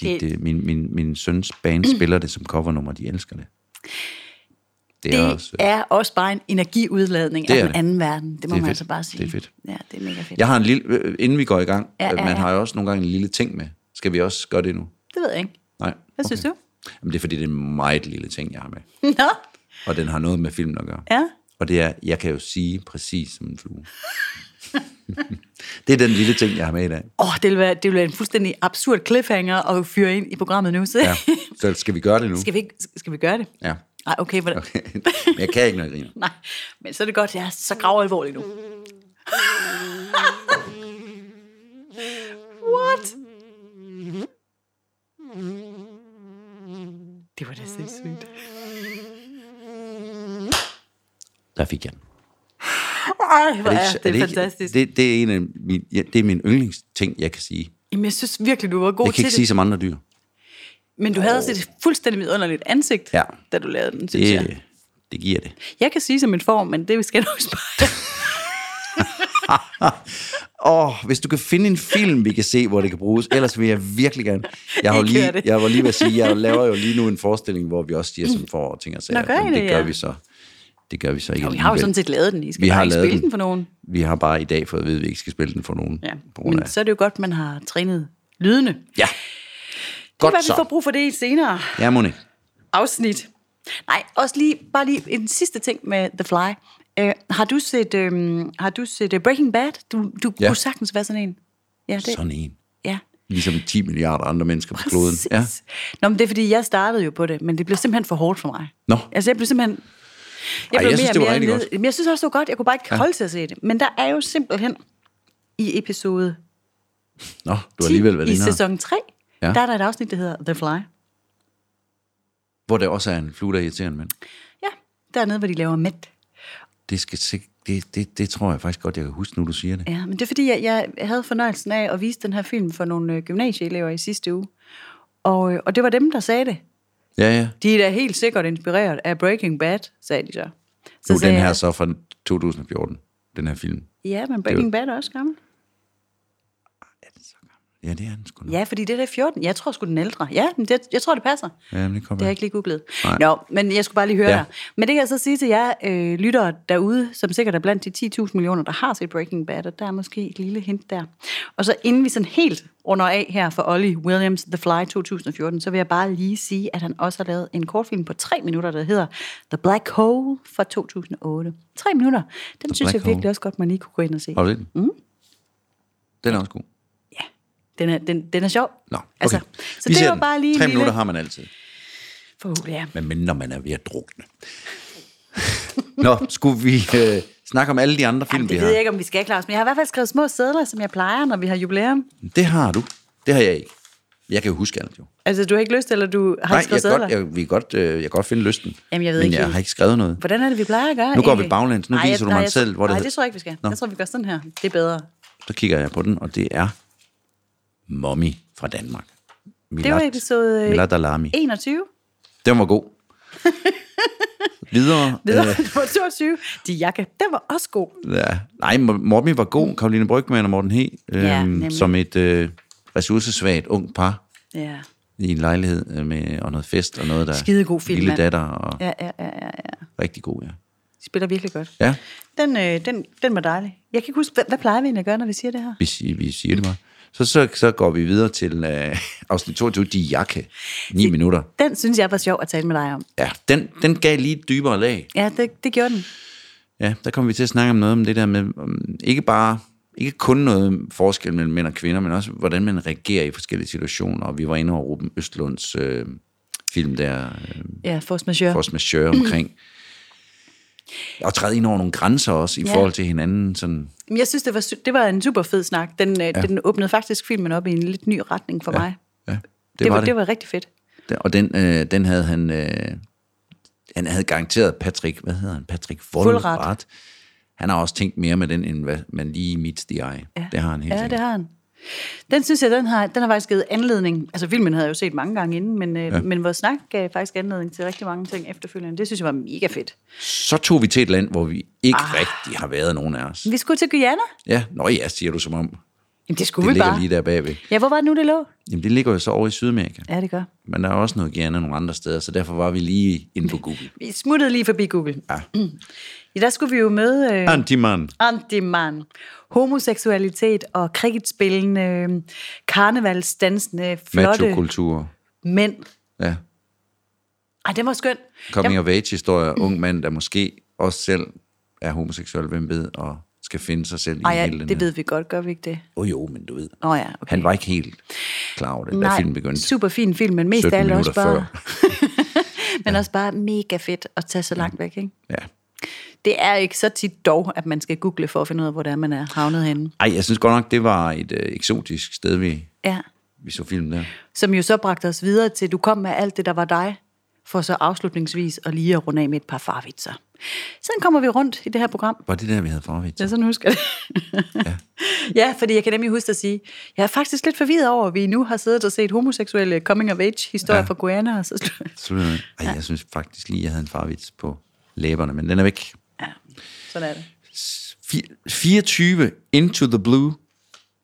Speaker 1: De,
Speaker 2: Det-
Speaker 1: det, min, min, min søns band spiller det som covernummer, de elsker det. Det, er også...
Speaker 2: Det er også bare en energiudladning
Speaker 1: Det er
Speaker 2: af den
Speaker 1: det.
Speaker 2: anden verden. Det må
Speaker 1: Det er
Speaker 2: man
Speaker 1: fedt.
Speaker 2: altså bare sige.
Speaker 1: Det er fedt.
Speaker 2: Ja, det er mega fedt.
Speaker 1: Jeg har en lille... øh, Inden vi går i gang,
Speaker 2: Ja,
Speaker 1: ja,
Speaker 2: ja,
Speaker 1: man
Speaker 2: ja.
Speaker 1: har jo også nogle gange en lille ting med. Skal vi også gøre det nu?
Speaker 2: Det ved jeg ikke.
Speaker 1: Nej.
Speaker 2: Hvad synes du?
Speaker 1: Jamen, det er fordi, det er en meget lille ting, jeg har med.
Speaker 2: Nå,
Speaker 1: Og den har noget med filmen at gøre.
Speaker 2: ja.
Speaker 1: Og det er, jeg kan jo sige præcis som en flue. det er den lille ting, jeg har med i dag.
Speaker 2: Åh, oh, det ville være, det ville være en fuldstændig absurd cliffhanger at fyre ind i programmet nu. Så.
Speaker 1: Ja. Så skal vi gøre det nu?
Speaker 2: skal, vi ikke, skal vi gøre det?
Speaker 1: Ja.
Speaker 2: Nej, okay, hvordan? okay.
Speaker 1: Okay. Men jeg kan ikke, når jeg griner.
Speaker 2: Nej, men så er det godt, jeg er så grav alvorlig nu. What? Det var da sindssygt.
Speaker 1: Der fik jeg den.
Speaker 2: Ej, hvor er det,
Speaker 1: ikke-
Speaker 2: det
Speaker 1: ikke-
Speaker 2: fantastisk.
Speaker 1: Det, det, er en af mine, ja, det er min yndlingsting, jeg kan sige.
Speaker 2: Jamen, jeg synes virkelig, du var god
Speaker 1: Jeg kan
Speaker 2: til
Speaker 1: ikke
Speaker 2: det.
Speaker 1: sige som andre dyr.
Speaker 2: Men du havde også et fuldstændig vidunderligt ansigt,
Speaker 1: Ja.
Speaker 2: da du lavede den, synes jeg.
Speaker 1: Det, det giver det.
Speaker 2: Jeg kan sige som en form, men det skal du også bare.
Speaker 1: Åh, oh, hvis du kan finde en film, vi kan se, hvor det kan bruges, ellers vil jeg virkelig gerne. Jeg, har jo
Speaker 2: Ikke
Speaker 1: lige,
Speaker 2: høre det.
Speaker 1: jeg var lige ved at sige, jeg laver jo lige nu en forestilling, hvor vi også siger sådan for ting og sager.
Speaker 2: Nå, gør I
Speaker 1: men det
Speaker 2: det,
Speaker 1: gør
Speaker 2: ja.
Speaker 1: vi så. Det gør vi så ikke
Speaker 2: Vi har jo
Speaker 1: alligevel.
Speaker 2: sådan set lavet den. I skal
Speaker 1: Vi
Speaker 2: bare
Speaker 1: har
Speaker 2: ikke
Speaker 1: lavet
Speaker 2: spille den.
Speaker 1: den
Speaker 2: for nogen.
Speaker 1: Vi har bare i dag fået at vide, at vi ikke skal spille den for nogen.
Speaker 2: Ja.
Speaker 1: på grund
Speaker 2: Men
Speaker 1: af-
Speaker 2: så er det jo godt, man har trænet lydene.
Speaker 1: ja.
Speaker 2: det er,
Speaker 1: godt
Speaker 2: vi får
Speaker 1: så.
Speaker 2: brug for det i et senere
Speaker 1: Ja, Monique.
Speaker 2: afsnit. Nej, også lige, bare lige en sidste ting med The Fly. Uh, har du set, um, har du set øh, Breaking Bad? Du, du ja.
Speaker 1: Ja.
Speaker 2: kunne sagtens være sådan en. Ja, det,
Speaker 1: Sådan en.
Speaker 2: ja.
Speaker 1: Ligesom 10 milliarder andre mennesker på kloden. Ja.
Speaker 2: Præcis. Nå, men det er fordi, jeg startede jo på det, men det blev simpelthen for hårdt for mig.
Speaker 1: Nå.
Speaker 2: Altså, jeg blev simpelthen... Jeg,
Speaker 1: jeg synes, det var rigtig godt.
Speaker 2: nede- Men jeg synes også, det var godt. Jeg kunne bare ikke holde til at se det. Men der er jo simpelthen i episode
Speaker 1: Nå, du har
Speaker 2: 10
Speaker 1: alligevel været
Speaker 2: i
Speaker 1: inde her.
Speaker 2: sæson 3, ja.
Speaker 1: Ja.
Speaker 2: der er der et afsnit, der hedder The Fly.
Speaker 1: Hvor der også er en flue, der irriterer en mand.
Speaker 2: Ja, dernede, hvor de laver mæt.
Speaker 1: Det, skal, sik- det, det, det tror jeg faktisk godt, jeg kan huske, nu du siger det.
Speaker 2: Ja, men det er fordi, jeg, jeg havde fornøjelsen af at vise den her film for nogle øh, gymnasieelever i sidste uge. Og, øh, og det var dem, der sagde det.
Speaker 1: Ja, ja.
Speaker 2: De er da helt sikkert inspireret af Breaking Bad, sagde de så.
Speaker 1: Nu er den
Speaker 2: sagde
Speaker 1: her
Speaker 2: jeg,
Speaker 1: så fra 2014, den her film.
Speaker 2: Ja, men Breaking Bad er også gammel.
Speaker 1: Ja, det er den sgu. Ja,
Speaker 2: Ja, fordi det der er 14. Jeg tror sgu, den er ældre. Ja, men det, jeg tror, det passer.
Speaker 1: ja men det kommer
Speaker 2: Det har jeg
Speaker 1: ikke.
Speaker 2: ikke lige googlet.
Speaker 1: Nej.
Speaker 2: Nå, men jeg skulle bare lige høre ja.
Speaker 1: Ja.
Speaker 2: dig. Men det kan jeg så sige til jer øh, lyttere derude, som sikkert er blandt de 10.000 millioner, der har set Breaking Bad, og der er måske et lille hint der. Og så inden vi sådan helt runder af her for Ollie Williams' The Fly 2014, så vil jeg bare lige sige, at han også har lavet en kortfilm på 3 minutter, der hedder The Black Hole fra 2008. 3 minutter. Den The synes
Speaker 1: Black
Speaker 2: jeg virkelig
Speaker 1: Hole.
Speaker 2: også godt, man lige kunne gå ind og se.
Speaker 1: Har du set den? Mm. Den er også god.
Speaker 2: Ja, den er, den, den er sjov.
Speaker 1: Nå, okay.
Speaker 2: Altså, så
Speaker 1: Vi
Speaker 2: det
Speaker 1: ser
Speaker 2: var
Speaker 1: den.
Speaker 2: bare lige
Speaker 1: Tre
Speaker 2: en lille...
Speaker 1: minutter har man altid.
Speaker 2: Forhåbentlig, ja.
Speaker 1: Men mindre man er ved at drukne. Nå, skulle vi øh, snakke om alle de andre film,
Speaker 2: Jamen,
Speaker 1: vi
Speaker 2: det
Speaker 1: har?
Speaker 2: ved jeg ikke, om vi skal, Claus, men jeg har i hvert fald skrevet små sædler, som jeg plejer, når vi har jubilæum.
Speaker 1: Det har du. Det har jeg ikke. Jeg kan jo huske alt, jo.
Speaker 2: Altså, du har ikke lyst, eller du har
Speaker 1: Nej,
Speaker 2: skrevet
Speaker 1: jeg kan,
Speaker 2: sædler?
Speaker 1: godt, jeg, vi kan godt, øh, jeg kan godt finde lysten.
Speaker 2: Jamen, jeg ved
Speaker 1: men
Speaker 2: ikke
Speaker 1: jeg
Speaker 2: helt.
Speaker 1: har ikke skrevet noget.
Speaker 2: Hvordan er det, vi plejer at gøre?
Speaker 1: Nu går vi
Speaker 2: egentlig?
Speaker 1: baglæns. Nu
Speaker 2: jeg-
Speaker 1: viser du mig
Speaker 2: jeg-
Speaker 1: selv, hvor det
Speaker 2: Nej,
Speaker 1: hed-
Speaker 2: det tror jeg ikke, vi skal.
Speaker 1: Nå.
Speaker 2: Jeg tror, vi gør sådan her. Det er bedre.
Speaker 1: Så kigger jeg på den, og det er Mommy fra Danmark. Milad,
Speaker 2: Det var episode, øh,
Speaker 1: Milad Alami.
Speaker 2: 21?
Speaker 1: Den var god. Videre.
Speaker 2: Det var, det var 22. De jakke, den var også god.
Speaker 1: Øh, ja. Nej, Mo- Mommy var god. Karoline Brygman og Morten He. Øh,
Speaker 2: Ja, nemlig.
Speaker 1: som et øh, ressourcesvagt ung par
Speaker 2: Ja.
Speaker 1: i en lejlighed øh, med, og noget fest og noget, der...
Speaker 2: Skidegod film,
Speaker 1: Lille
Speaker 2: mand.
Speaker 1: datter og ja.
Speaker 2: Ja, ja, ja, ja, ja.
Speaker 1: rigtig god, ja.
Speaker 2: De spiller virkelig godt.
Speaker 1: Ja,
Speaker 2: Den, øh, den, den var dejlig. Jeg kan ikke huske, hvad, hvad plejer vi egentlig at gøre, når vi siger det her?
Speaker 1: vi, si- vi siger det bare. Så, så, så går vi videre til øh, afsnit 22, De Jakke. 9 minutter.
Speaker 2: Den synes jeg var sjov at tale med dig om.
Speaker 1: Ja, den, den gav lige et dybere lag.
Speaker 2: Ja, det, det gjorde den.
Speaker 1: Ja, der kommer vi til at snakke om noget om det der med, om, ikke bare ikke kun noget forskel mellem mænd og kvinder, men også hvordan man reagerer i forskellige situationer. Og vi var inde over Ruben Østlunds øh, film der, øh,
Speaker 2: Ja, force majeure.
Speaker 1: Force Majeure, omkring og træde ind over nogle grænser også i
Speaker 2: Ja.
Speaker 1: forhold til hinanden. Sådan,
Speaker 2: Men Jeg synes, det var, sy- det var en super fed snak. Den, ja. den åbnede faktisk filmen op i en lidt ny retning for ja. mig.
Speaker 1: ja, det,
Speaker 2: Det, det, var, det. det var rigtig fedt.
Speaker 1: Den- Og den, øh, den havde han... Øh, han havde garanteret Patrick... Hvad hedder han? Patrick
Speaker 2: Vollrath.
Speaker 1: Vollrath. Han har også tænkt mere med den, end hvad man lige meets the eye. Ja. Det har han helt
Speaker 2: Ja, det
Speaker 1: sikkert.
Speaker 2: har han. Den synes jeg, den har, den har faktisk givet anledning. Altså filmen havde jeg jo set mange gange inden, men, ja. men vores snak gav faktisk anledning til rigtig mange ting efterfølgende. Det synes jeg var mega fedt.
Speaker 1: Så tog vi til et land, hvor vi ikke ah. rigtig har været nogen af os.
Speaker 2: Vi skulle til Guyana.
Speaker 1: Ja, nå ja, siger du som om. Det
Speaker 2: Jamen, det skulle det vi
Speaker 1: ligger
Speaker 2: bare.
Speaker 1: lige der bagved.
Speaker 2: Ja, hvor var det nu, det lå?
Speaker 1: Jamen, det ligger jo så over i Sydamerika.
Speaker 2: Ja, det gør.
Speaker 1: Men der er også noget gerne nogle andre steder, så derfor var vi lige inde på Google.
Speaker 2: Vi smuttede lige forbi Google. Ja. ja der skulle vi jo møde... Øh,
Speaker 1: Antiman.
Speaker 2: Antiman. Homoseksualitet og cricketspillende, øh, karnevalsdansende, flotte
Speaker 1: Machokultur.
Speaker 2: mænd.
Speaker 1: Ja.
Speaker 2: Ej, det var skønt.
Speaker 1: Coming of age-historier. Ung mand, der måske også selv er homoseksuel, hvem ved, og skal finde sig selv
Speaker 2: Ej,
Speaker 1: i
Speaker 2: ja,
Speaker 1: hele den her-
Speaker 2: det ved vi godt, gør vi ikke det?
Speaker 1: Åh oh, jo, men du ved.
Speaker 2: Nå oh, ja, okay.
Speaker 1: Han var ikke helt klar over det, da filmen begyndte.
Speaker 2: super fin film, men mest af
Speaker 1: 17
Speaker 2: alt også
Speaker 1: minutter
Speaker 2: bare... men også bare mega fedt at tage så langt væk, ikke?
Speaker 1: Ja.
Speaker 2: Det er ikke så tit dog, at man skal google for at finde ud af, hvordan man er havnet henne.
Speaker 1: Ej, jeg synes godt nok, det var et øh, eksotisk sted, vi,
Speaker 2: Ja.
Speaker 1: vi så film der.
Speaker 2: Som jo så bragte os videre til, du kom med alt det, der var dig, for så afslutningsvis at lige at runde af med et par farvitser. Sådan kommer vi rundt i det her program.
Speaker 1: Var det der, vi havde forvidt?
Speaker 2: Ja, sådan husker jeg det. ja. ja, fordi jeg kan nemlig huske at sige, jeg er faktisk lidt forvirret over, at vi nu har siddet og set homoseksuelle coming-of-age-historier ja. fra Guyana. Og så slut-
Speaker 1: Absolut. Ej, jeg synes faktisk lige, jeg havde en farvits på læberne, men den er væk.
Speaker 2: ja, sådan er det.
Speaker 1: Fi- 24 Into the Blue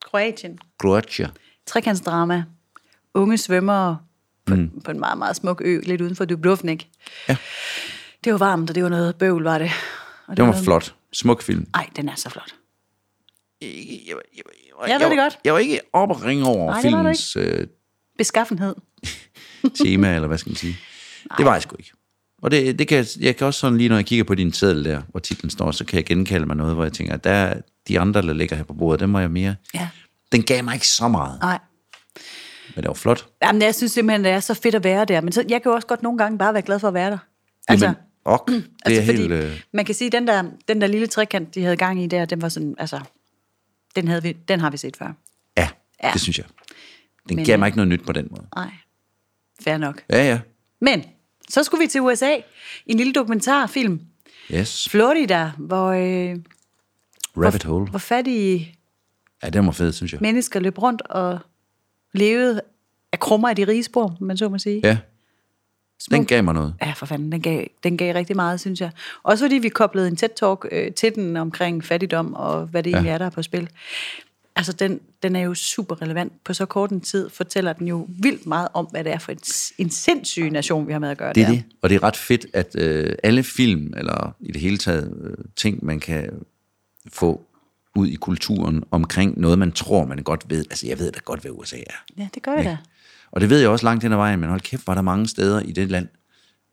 Speaker 2: Kroatien.
Speaker 1: Croatia.
Speaker 2: Trekantsdrama. Unge svømmere på, mm. på en meget, meget smuk ø, lidt uden for Dubrovnik.
Speaker 1: Ja.
Speaker 2: Det var varmt, og det var noget bøvl, var det. Og
Speaker 1: Den var
Speaker 2: noget-
Speaker 1: flot. Smuk film.
Speaker 2: Ej, den er så flot.
Speaker 1: Jeg, jeg, jeg,
Speaker 2: Jeg
Speaker 1: jeg,
Speaker 2: ved det
Speaker 1: var-
Speaker 2: godt.
Speaker 1: Jeg var ikke oppe at ringe over
Speaker 2: Nej, det var du
Speaker 1: filmens øh,
Speaker 2: Beskaffenhed.
Speaker 1: tema, eller hvad skal man sige. Det var jeg sgu ikke. Og det, det kan, jeg- jeg kan også sådan lige, når jeg kigger på din seddel der, hvor titlen står, så kan jeg genkalde mig noget, hvor jeg tænker, der er de andre, der ligger her på bordet, dem var jeg mere...
Speaker 2: Ja.
Speaker 1: Den gav mig ikke så meget,
Speaker 2: Nej.
Speaker 1: men det var flot.
Speaker 2: Jamen, jeg synes simpelthen, det er så fedt at være der. Men så, jeg kan jo også godt nogle gange bare være glad for at være der. Altså,
Speaker 1: Jamen, ok, det
Speaker 2: Altså,
Speaker 1: er
Speaker 2: fordi
Speaker 1: helt... Øh,
Speaker 2: Man kan sige, at den der, den der lille trekant, de havde gang i der, den var sådan, altså, den, havde vi, den har vi set før.
Speaker 1: ja,
Speaker 2: Ja.
Speaker 1: ja, det synes jeg. Den
Speaker 2: Men,
Speaker 1: gav
Speaker 2: øh,
Speaker 1: mig ikke noget nyt på den måde.
Speaker 2: Nej, fair nok.
Speaker 1: Ja, ja.
Speaker 2: Men så skulle vi til USA i en lille dokumentarfilm,
Speaker 1: Yes.
Speaker 2: Florida, hvor, øh,
Speaker 1: Rabbit Hole.
Speaker 2: hvor fattige
Speaker 1: Ja, den var fed, synes jeg.
Speaker 2: mennesker løb rundt og levede af krummer af de rige spor, man så må sige.
Speaker 1: Ja, den
Speaker 2: Små-
Speaker 1: gav mig noget.
Speaker 2: Ja, for fanden, den gav, den gav rigtig meget, synes jeg. Også fordi vi koblede en TED-talk øh, til den omkring fattigdom og hvad det egentlig er, der er på spil. Altså, den, den er jo super relevant. På så kort en tid fortæller den jo vildt meget om, hvad det er for en, en sindssyg nation, vi har med at gøre
Speaker 1: Det er
Speaker 2: der.
Speaker 1: det. Og det er ret fedt, at øh, alle film, eller i det hele taget øh, ting, man kan få ud i kulturen omkring noget, man tror, man godt ved. Altså, jeg ved da godt, hvad USA er.
Speaker 2: Ja, det gør vi da.
Speaker 1: Og det ved jeg også langt hen ad vejen, men hold kæft, var der mange steder i det land,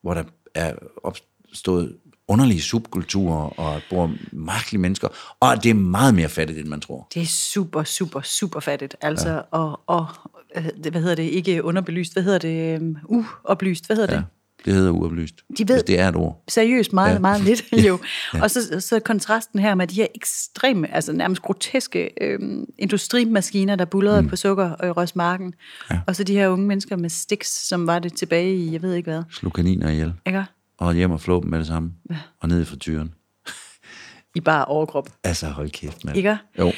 Speaker 1: hvor der er opstået underlige subkulturer, og bor mærkelige mennesker, og det er meget mere fattigt, end man tror.
Speaker 2: Det er super, super, super fattigt. Altså, ja. og, og øh, det- hvad hedder det? Ikke underbelyst. Hvad hedder det? Øhm, Uoplyst. Hvad hedder ja.
Speaker 1: Ja,
Speaker 2: det?
Speaker 1: det hedder uoplyst.
Speaker 2: De ved-
Speaker 1: Hvis det er et ord.
Speaker 2: seriøst meget, ja.
Speaker 1: Ja.
Speaker 2: meget lidt jo. ja. Og så, så kontrasten her med de her ekstreme, altså nærmest groteske øhm, industrimaskiner, der bullerede mm. på sukker og i røsmarken. Ja. Og så de her unge mennesker med sticks, som var det tilbage i, jeg ved ikke hvad.
Speaker 1: Slå kaniner ihjel,
Speaker 2: Ikke?
Speaker 1: og hjem og flå dem med det samme, og ned i frityren.
Speaker 2: I bare overkrop.
Speaker 1: Altså, hold kæft, mand.
Speaker 2: Ikke?
Speaker 1: Jo.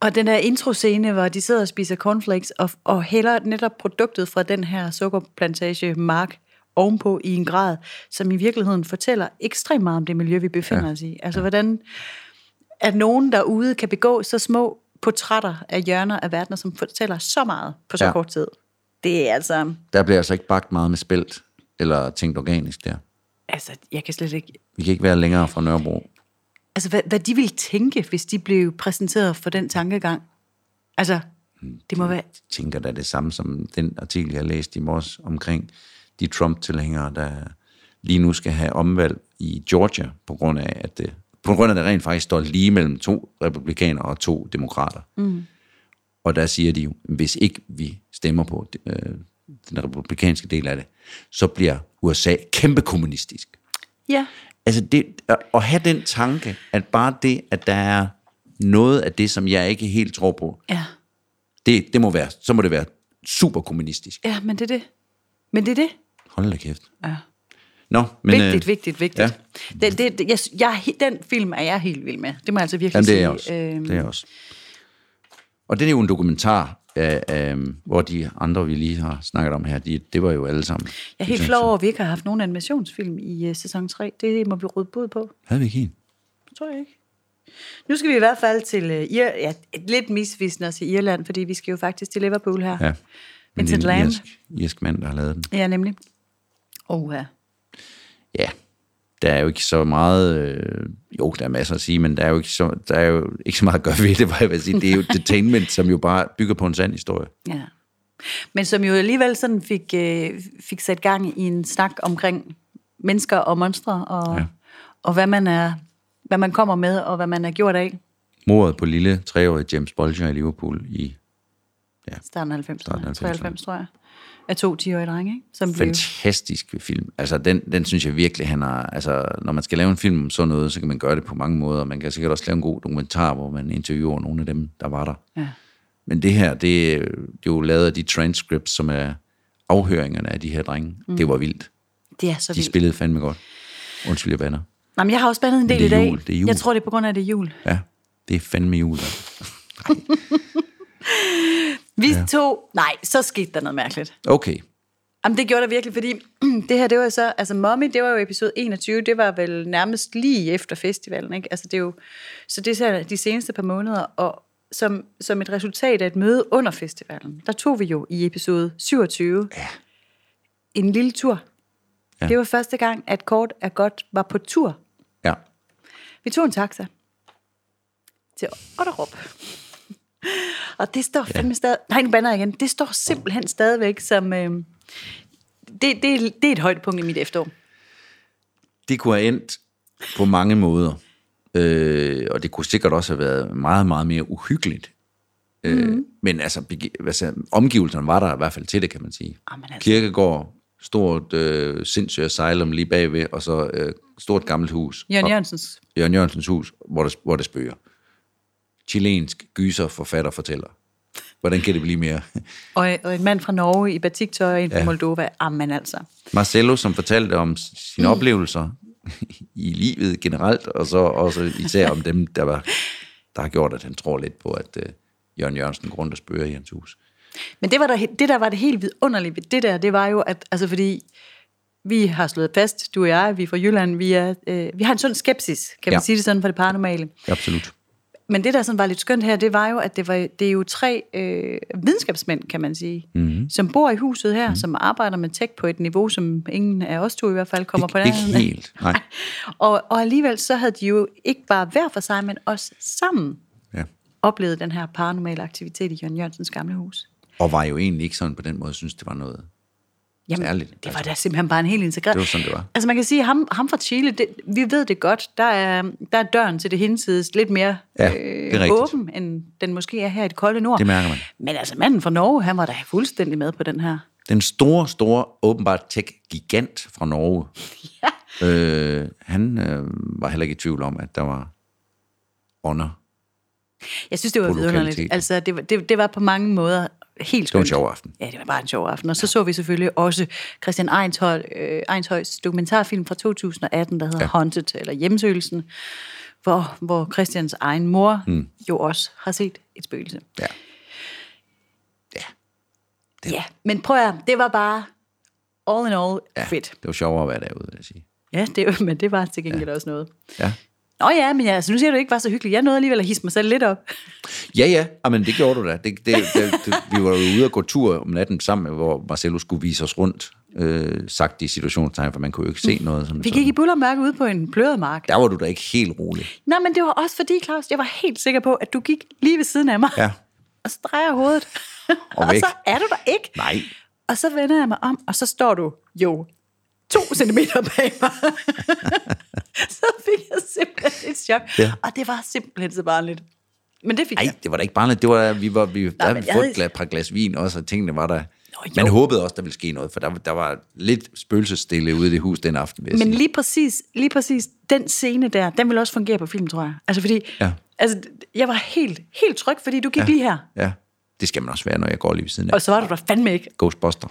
Speaker 2: Og den der introscene, hvor de sidder og spiser cornflakes og, og hælder netop produktet fra den her sukkerplantage mark ovenpå i en grad, som i virkeligheden fortæller ekstremt meget om det miljø, vi befinder ja. os i. Altså hvordan, at nogen derude kan begå så små portrætter af hjørner af verdener, som fortæller så meget på så ja.
Speaker 1: Ja.
Speaker 2: kort tid. Det er altså,
Speaker 1: Der bliver altså ikke bagt meget med spelt, eller tænkt organisk der.
Speaker 2: altså, jeg kan slet ikke,
Speaker 1: Vi kan ikke være længere fra Nørrebro.
Speaker 2: altså hvad, hvad de ville tænke, hvis de blev præsenteret for den tankegang. Altså, det må være
Speaker 1: Jeg tænker da det samme som den artikel, jeg læste i morges omkring de Trump-tilhængere, der lige nu skal have omvalg i Georgia, på grund af, at det på grund af, at det rent faktisk står lige mellem to republikanere og to demokrater. Mm. Og der siger de jo, hvis ikke vi stemmer på øh, den republikanske del af det, så bliver USA kæmpe kommunistisk.
Speaker 2: Ja.
Speaker 1: Altså det, at- at have den tanke, at bare det, at der er noget af det, som jeg ikke helt tror på,
Speaker 2: Ja.
Speaker 1: det, det må være, så må det være super kommunistisk.
Speaker 2: Ja, men det er det. Men det er det.
Speaker 1: Hold da kæft.
Speaker 2: Ja.
Speaker 1: Nå, men... øh,
Speaker 2: Men, vigtigt, vigtigt, vigtigt.
Speaker 1: ja.
Speaker 2: Ja. Det, det, det, jeg, jeg, er he- den film er jeg helt vild med. Det må jeg altså virkelig
Speaker 1: Jamen, det er jeg også.
Speaker 2: sige. Øhm,
Speaker 1: Det er jeg også. Og det er jo en dokumentar, øh, øh, hvor de andre, vi lige har snakket om her, de, det var jo alle sammen.
Speaker 2: jeg er helt flov over, at vi ikke har haft nogen animationsfilm i uh, sæson 3. Det må vi råde bod på.
Speaker 1: Havde vi ikke en?
Speaker 2: Det tror jeg ikke. Nu skal vi i hvert fald til uh, Ir- ja, et lidt misvisende os i Irland, fordi vi skal jo faktisk til Liverpool her.
Speaker 1: Ja. Men det er
Speaker 2: Vincent Lamb.
Speaker 1: en irsk, irsk mand, der har lavet den.
Speaker 2: ja nemlig. Oha.
Speaker 1: Ja, der er jo ikke så meget... Øh, jo, der er masser at sige, men der er jo ikke så, der er jo ikke så meget at gøre ved det, hvad jeg vil sige. Det er jo entertainment, som jo bare bygger på en sand historie.
Speaker 2: Ja. Men som jo alligevel sådan fik, øh, fik sat gang i en snak omkring mennesker og monstre, og,
Speaker 1: Ja.
Speaker 2: ja. og hvad, man er, hvad man kommer med, og hvad man er gjort af
Speaker 1: Mordet på lille treårige James Bolger i Liverpool i
Speaker 2: starten af 90'erne,
Speaker 1: Starten af 90'erne.
Speaker 2: 90'erne. 93, tror jeg, af to 10-årige drenge, ikke? Som blev,
Speaker 1: fantastisk film. Altså, den, den synes jeg virkelig, han har... Altså, når man skal lave en film om sådan noget, så kan man gøre det på mange måder. Man kan sikkert også lave en god dokumentar, hvor man interviewer nogle af dem, der var der.
Speaker 2: ja,
Speaker 1: Men det her, det, øh, det er jo lavet af de transcripts, som er afhøringerne af de her drenge. Mm. Det var vildt.
Speaker 2: det er så
Speaker 1: De
Speaker 2: vildt.
Speaker 1: spillede fandme godt. Undskyld, jeg banner.
Speaker 2: Nå, men jeg har også bandet en del
Speaker 1: det er
Speaker 2: i dag.
Speaker 1: jul, det er jul.
Speaker 2: Jeg tror, det er på grund af, at det er jul.
Speaker 1: Ja, det er fandme jul. altså.
Speaker 2: Vi ja. to, nej, så skete der noget mærkeligt.
Speaker 1: Okay.
Speaker 2: Jamen, det gjorde der virkelig, fordi det her, det var jo så... Altså, Mommy, det var jo episode 21, det var vel nærmest lige efter festivalen, ikke? Altså, det er jo... Så det er så de seneste par måneder, og som, som et resultat af et møde under festivalen, der tog vi jo i episode 27 ja. en lille tur.
Speaker 1: Ja.
Speaker 2: Ja. Det var første gang, at Kort er godt var på tur.
Speaker 1: Ja.
Speaker 2: Vi tog en taxa til Otterup. Og det står fandme stadig... Nej, nu banner jeg igen. Det står simpelthen stadigvæk som... Øh, det, det, er- det er et højdepunkt i mit efterår.
Speaker 1: Det kunne have endt på mange måder. Øh, og det kunne sikkert også have været meget, meget mere uhyggeligt. Øh, Men altså, begi- altså, omgivelserne var der i hvert fald til det, kan man sige.
Speaker 2: Jamen, altså.
Speaker 1: Kirkegård, stort øh, sindssygt asylum lige bagved, og så øh, stort gammelt hus.
Speaker 2: Jørgen
Speaker 1: Og-
Speaker 2: Jørgensens.
Speaker 1: Jørgen Jørgensens hus, hvor det, hvor det spøger. Chilensk gyser forfatter fortæller. Hvordan kan det blive mere?
Speaker 2: Og, og en mand fra Norge i batiktøj og en fra ja. Moldova. Jamen altså.
Speaker 1: Marcello, som fortalte om sine mm. oplevelser i livet generelt, og så også især om dem, der, var, der har gjort, at han tror lidt på, at øh, Jørgen Jørgensen går rundt og spørger i hans hus.
Speaker 2: Men det, var der, he- det der var det helt vidunderlige ved det der, det var jo, at altså fordi vi har slået fast, du og jeg, vi er fra Jylland, vi, er, øh, vi har en sund skepsis, kan man
Speaker 1: Ja.
Speaker 2: sige det sådan, for det paranormale.
Speaker 1: Absolut.
Speaker 2: Men det, der sådan var lidt skønt her, det var jo, at det, var, det er jo tre øh, videnskabsmænd, kan man sige,
Speaker 1: Mhm.
Speaker 2: mm-hmm. som bor i huset her, mm-hmm. som arbejder med tech på et niveau, som ingen af os to i hvert fald kommer på
Speaker 1: Ikke,
Speaker 2: nærheden af.
Speaker 1: ikke helt, nej.
Speaker 2: Og, og alligevel så havde de jo ikke bare hver for sig, men også sammen
Speaker 1: Ja.
Speaker 2: oplevet den her paranormale aktivitet i Jørgen Jørgensens gamle hus.
Speaker 1: Og var jo egentlig ikke sådan på den måde, synes det var noget.
Speaker 2: Jamen,
Speaker 1: Særligt, altså.
Speaker 2: det var da simpelthen bare en helt integreret...
Speaker 1: Det var sådan, det var.
Speaker 2: Altså man kan sige, ham, ham fra Chile, det, vi ved det godt, der er, der er døren til det hinsides lidt mere
Speaker 1: Ja, det er
Speaker 2: øh,
Speaker 1: rigtigt.
Speaker 2: åben, end den måske er her i det kolde nord.
Speaker 1: Det mærker man.
Speaker 2: Men altså manden fra Norge, han var da fuldstændig med på den her.
Speaker 1: Den store, store, åbenbart tech-gigant fra Norge, ja. øh, han øh, var heller ikke i tvivl om, at der var ånder.
Speaker 2: Jeg synes, det var
Speaker 1: På
Speaker 2: vidunderligt.
Speaker 1: lokaliteten.
Speaker 2: Altså det, var- det, det var på mange måder helt skønt.
Speaker 1: Det var en sjov aften.
Speaker 2: Ja, det var bare en sjov aften. Og så så vi selvfølgelig også Christian Einshøj, øh, Einshøjs dokumentarfilm fra 2018, der hedder ja. Haunted, eller Hjemsøgelsen, hvor, hvor Christians egen mor mm. jo også har set et spøgelse.
Speaker 1: Ja.
Speaker 2: Det. Ja, men prøv at høre, det var bare all in all ja. fedt.
Speaker 1: Det var sjovere at være derude, vil jeg sige.
Speaker 2: Ja, det, men det var til gengæld ja. også noget.
Speaker 1: Ja,
Speaker 2: Nå ja, men ja, altså, nu siger du det ikke var så hyggeligt. Jeg nåede alligevel at hisse mig selv lidt op.
Speaker 1: ja, ja. Jamen, det gjorde du da. Det, det, det, det, vi var jo ude og gå tur om natten sammen, hvor Marcelo skulle vise os rundt, øh, sagt i situationstegn, for man kunne jo ikke se noget. Som
Speaker 2: Vi Mm. gik i bullermørke ude på en pløret mark.
Speaker 1: Der var du da ikke helt rolig.
Speaker 2: Nej, men det var også fordi, Claus, jeg var helt sikker på, at du gik lige ved siden af mig.
Speaker 1: Ja.
Speaker 2: Og så drejer jeg hovedet.
Speaker 1: Og væk.
Speaker 2: så er du der ikke.
Speaker 1: Nej.
Speaker 2: Og så vender jeg mig om, og så står du jo to centimeter bag mig. så fik jeg simpelthen et chok.
Speaker 1: Ja.
Speaker 2: Ja. Og det var simpelthen så barnligt. Men det fik
Speaker 1: Nej,
Speaker 2: jeg.
Speaker 1: det var da ikke barnligt. Det var, da- vi var, vi, der havde
Speaker 2: men
Speaker 1: vi
Speaker 2: jeg
Speaker 1: fået
Speaker 2: havde-
Speaker 1: et glas- par glas vin også, og tingene var der.
Speaker 2: jo.
Speaker 1: Man håbede også, der ville ske noget, for der, der var lidt spøgelsesstille ude i det hus den aften, vil jeg
Speaker 2: Men
Speaker 1: sige.
Speaker 2: lige præcis, lige præcis den scene der, den vil også fungere på film, tror jeg. Altså fordi,
Speaker 1: Ja.
Speaker 2: ja. altså, jeg var helt, helt tryg, fordi du gik ja. lige her.
Speaker 1: Ja, det skal man også være, når jeg går lige ved siden af.
Speaker 2: Og så var du der fandme ikke.
Speaker 1: Ghostbuster.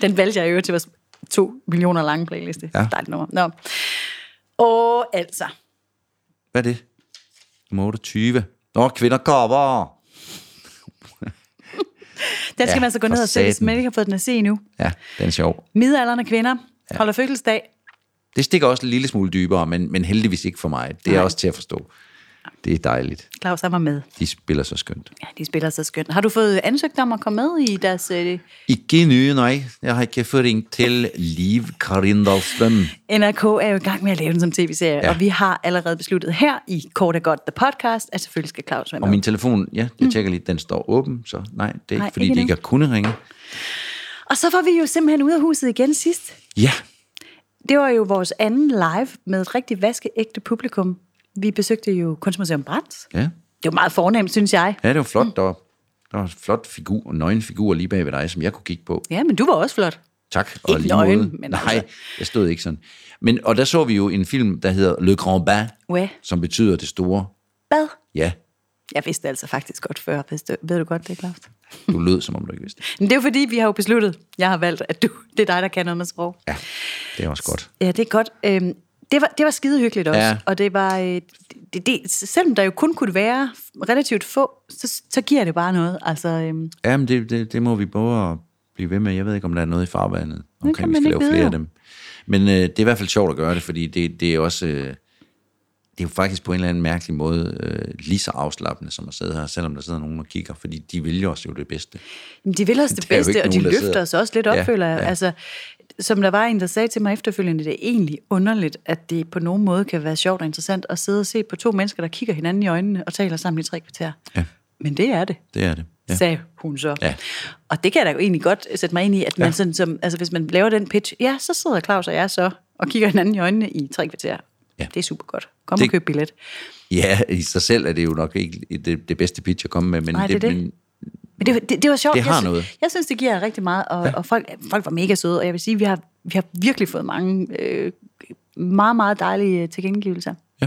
Speaker 2: Den valgte jeg jo til vores to millioner lange playliste.
Speaker 1: Ja.
Speaker 2: Ja. Dejligt nummer. Nå. Og altså,
Speaker 1: Hvad er det? Nummer 28. Nå, kvinder kommer.
Speaker 2: den skal
Speaker 1: Ja,
Speaker 2: man så gå
Speaker 1: for
Speaker 2: ned og se, hvis
Speaker 1: satan.
Speaker 2: man ikke har fået den at se endnu.
Speaker 1: Ja, den er sjov.
Speaker 2: Midalderne kvinder ja. holder fødselsdag.
Speaker 1: Det stikker også en lille smule dybere, men, men heldigvis ikke for mig. Det er
Speaker 2: Nej.
Speaker 1: også til at forstå. Det er dejligt.
Speaker 2: Claus, han var med.
Speaker 1: De spiller så skønt.
Speaker 2: Ja, de spiller så skønt. Har du fået ansøgt om at komme med i deres... Øh,
Speaker 1: Ikke nu, nej. Jeg har ikke forringt til Liv Karin Dahlstrøm.
Speaker 2: NRK er jo i gang med at lave den som tv-serie,
Speaker 1: Ja.
Speaker 2: ja. og vi har allerede besluttet her i Kort og Godt The Podcast, at selvfølgelig skal Claus være
Speaker 1: Og
Speaker 2: med.
Speaker 1: min telefon, ja, jeg tjekker lige, den står åben, så nej, det er ikke,
Speaker 2: Nej,
Speaker 1: fordi
Speaker 2: ikke
Speaker 1: de ikke har kunnet ringe.
Speaker 2: Og så var vi jo simpelthen ude af huset igen sidst.
Speaker 1: Ja,
Speaker 2: Det var jo vores anden live med et rigtig vaskeægte publikum. Vi besøgte jo Kunstmuseum Brands.
Speaker 1: ja.
Speaker 2: Det var meget fornemt, synes jeg.
Speaker 1: ja det var flot deroppe. Der var en flot figur, nøgen figur lige bag ved dig, som jeg kunne kigge på.
Speaker 2: Ja, men du var også flot.
Speaker 1: Tak.
Speaker 2: Ikke nøgen, men
Speaker 1: Nej,
Speaker 2: altså-
Speaker 1: jeg stod ikke sådan. Men, og der så vi jo en film, der hedder Le Grand Bain,
Speaker 2: Ouais.
Speaker 1: som betyder det store.
Speaker 2: Bad.
Speaker 1: Ja,
Speaker 2: Jeg vidste altså faktisk godt før. Vidste, ved du godt det, Claus?
Speaker 1: du lød, som om du ikke vidste. det.
Speaker 2: Men det er jo fordi, vi har jo besluttet, jeg har valgt, at du, det er dig, der kan noget med sprog.
Speaker 1: Ja, det er også godt.
Speaker 2: Ja, det er godt. Øhm, det, var, det var skide hyggeligt også.
Speaker 1: Ja.
Speaker 2: Ja. Og det var, øh, det, det, selvom der jo kun kunne være relativt få, så, så giver det bare noget. Altså, øhm,
Speaker 1: Jamen, det, det, det må vi prøve at blive ved med. Jeg ved ikke, om der er noget i farvandet, omkring vi
Speaker 2: man
Speaker 1: skal
Speaker 2: ikke
Speaker 1: lave flere
Speaker 2: vide,
Speaker 1: af
Speaker 2: jo.
Speaker 1: dem. Men øh, det er i hvert fald sjovt at gøre det, fordi det, det er også... Øh, det er jo faktisk på en eller anden mærkelig måde øh, lige så afslappende, som at sidde her, selvom der sidder nogen og kigger, fordi de vil jo også jo det bedste.
Speaker 2: jamen, de vil også det
Speaker 1: Der er jo
Speaker 2: bedste,
Speaker 1: ikke
Speaker 2: og de
Speaker 1: nogen, der
Speaker 2: løfter
Speaker 1: sidder-
Speaker 2: os også lidt op,
Speaker 1: Ja,
Speaker 2: ja, føler jeg.
Speaker 1: ja.
Speaker 2: Ja. Altså, som der var en, der sagde til mig efterfølgende, det er egentlig underligt, at det på nogen måde kan være sjovt og interessant at sidde og se på to mennesker, der kigger hinanden i øjnene og taler sammen i tre kvarter.
Speaker 1: Ja.
Speaker 2: Men det er det.
Speaker 1: Det er det.
Speaker 2: ja. sagde hun så.
Speaker 1: Ja.
Speaker 2: Og det kan jeg da egentlig godt sætte mig ind i, at man ja. sådan som, altså hvis man laver den pitch, ja, så sidder Claus og jeg så og kigger hinanden i øjnene i tre kvarter.
Speaker 1: Ja.
Speaker 2: Det er super godt. Kom
Speaker 1: Det-
Speaker 2: og køb billet.
Speaker 1: Ja, i sig selv er det jo nok ikke det, det bedste pitch at komme med, men,
Speaker 2: Nej, det er det.
Speaker 1: men
Speaker 2: Men det, det, det var sjovt.
Speaker 1: Det har
Speaker 2: jeg, sy-
Speaker 1: noget.
Speaker 2: Jeg synes, det giver rigtig meget, og, ja. og folk, folk var mega søde, og jeg vil sige, vi har, vi har virkelig fået mange øh, meget, meget dejlige øh, tilkendegivelser.
Speaker 1: Ja.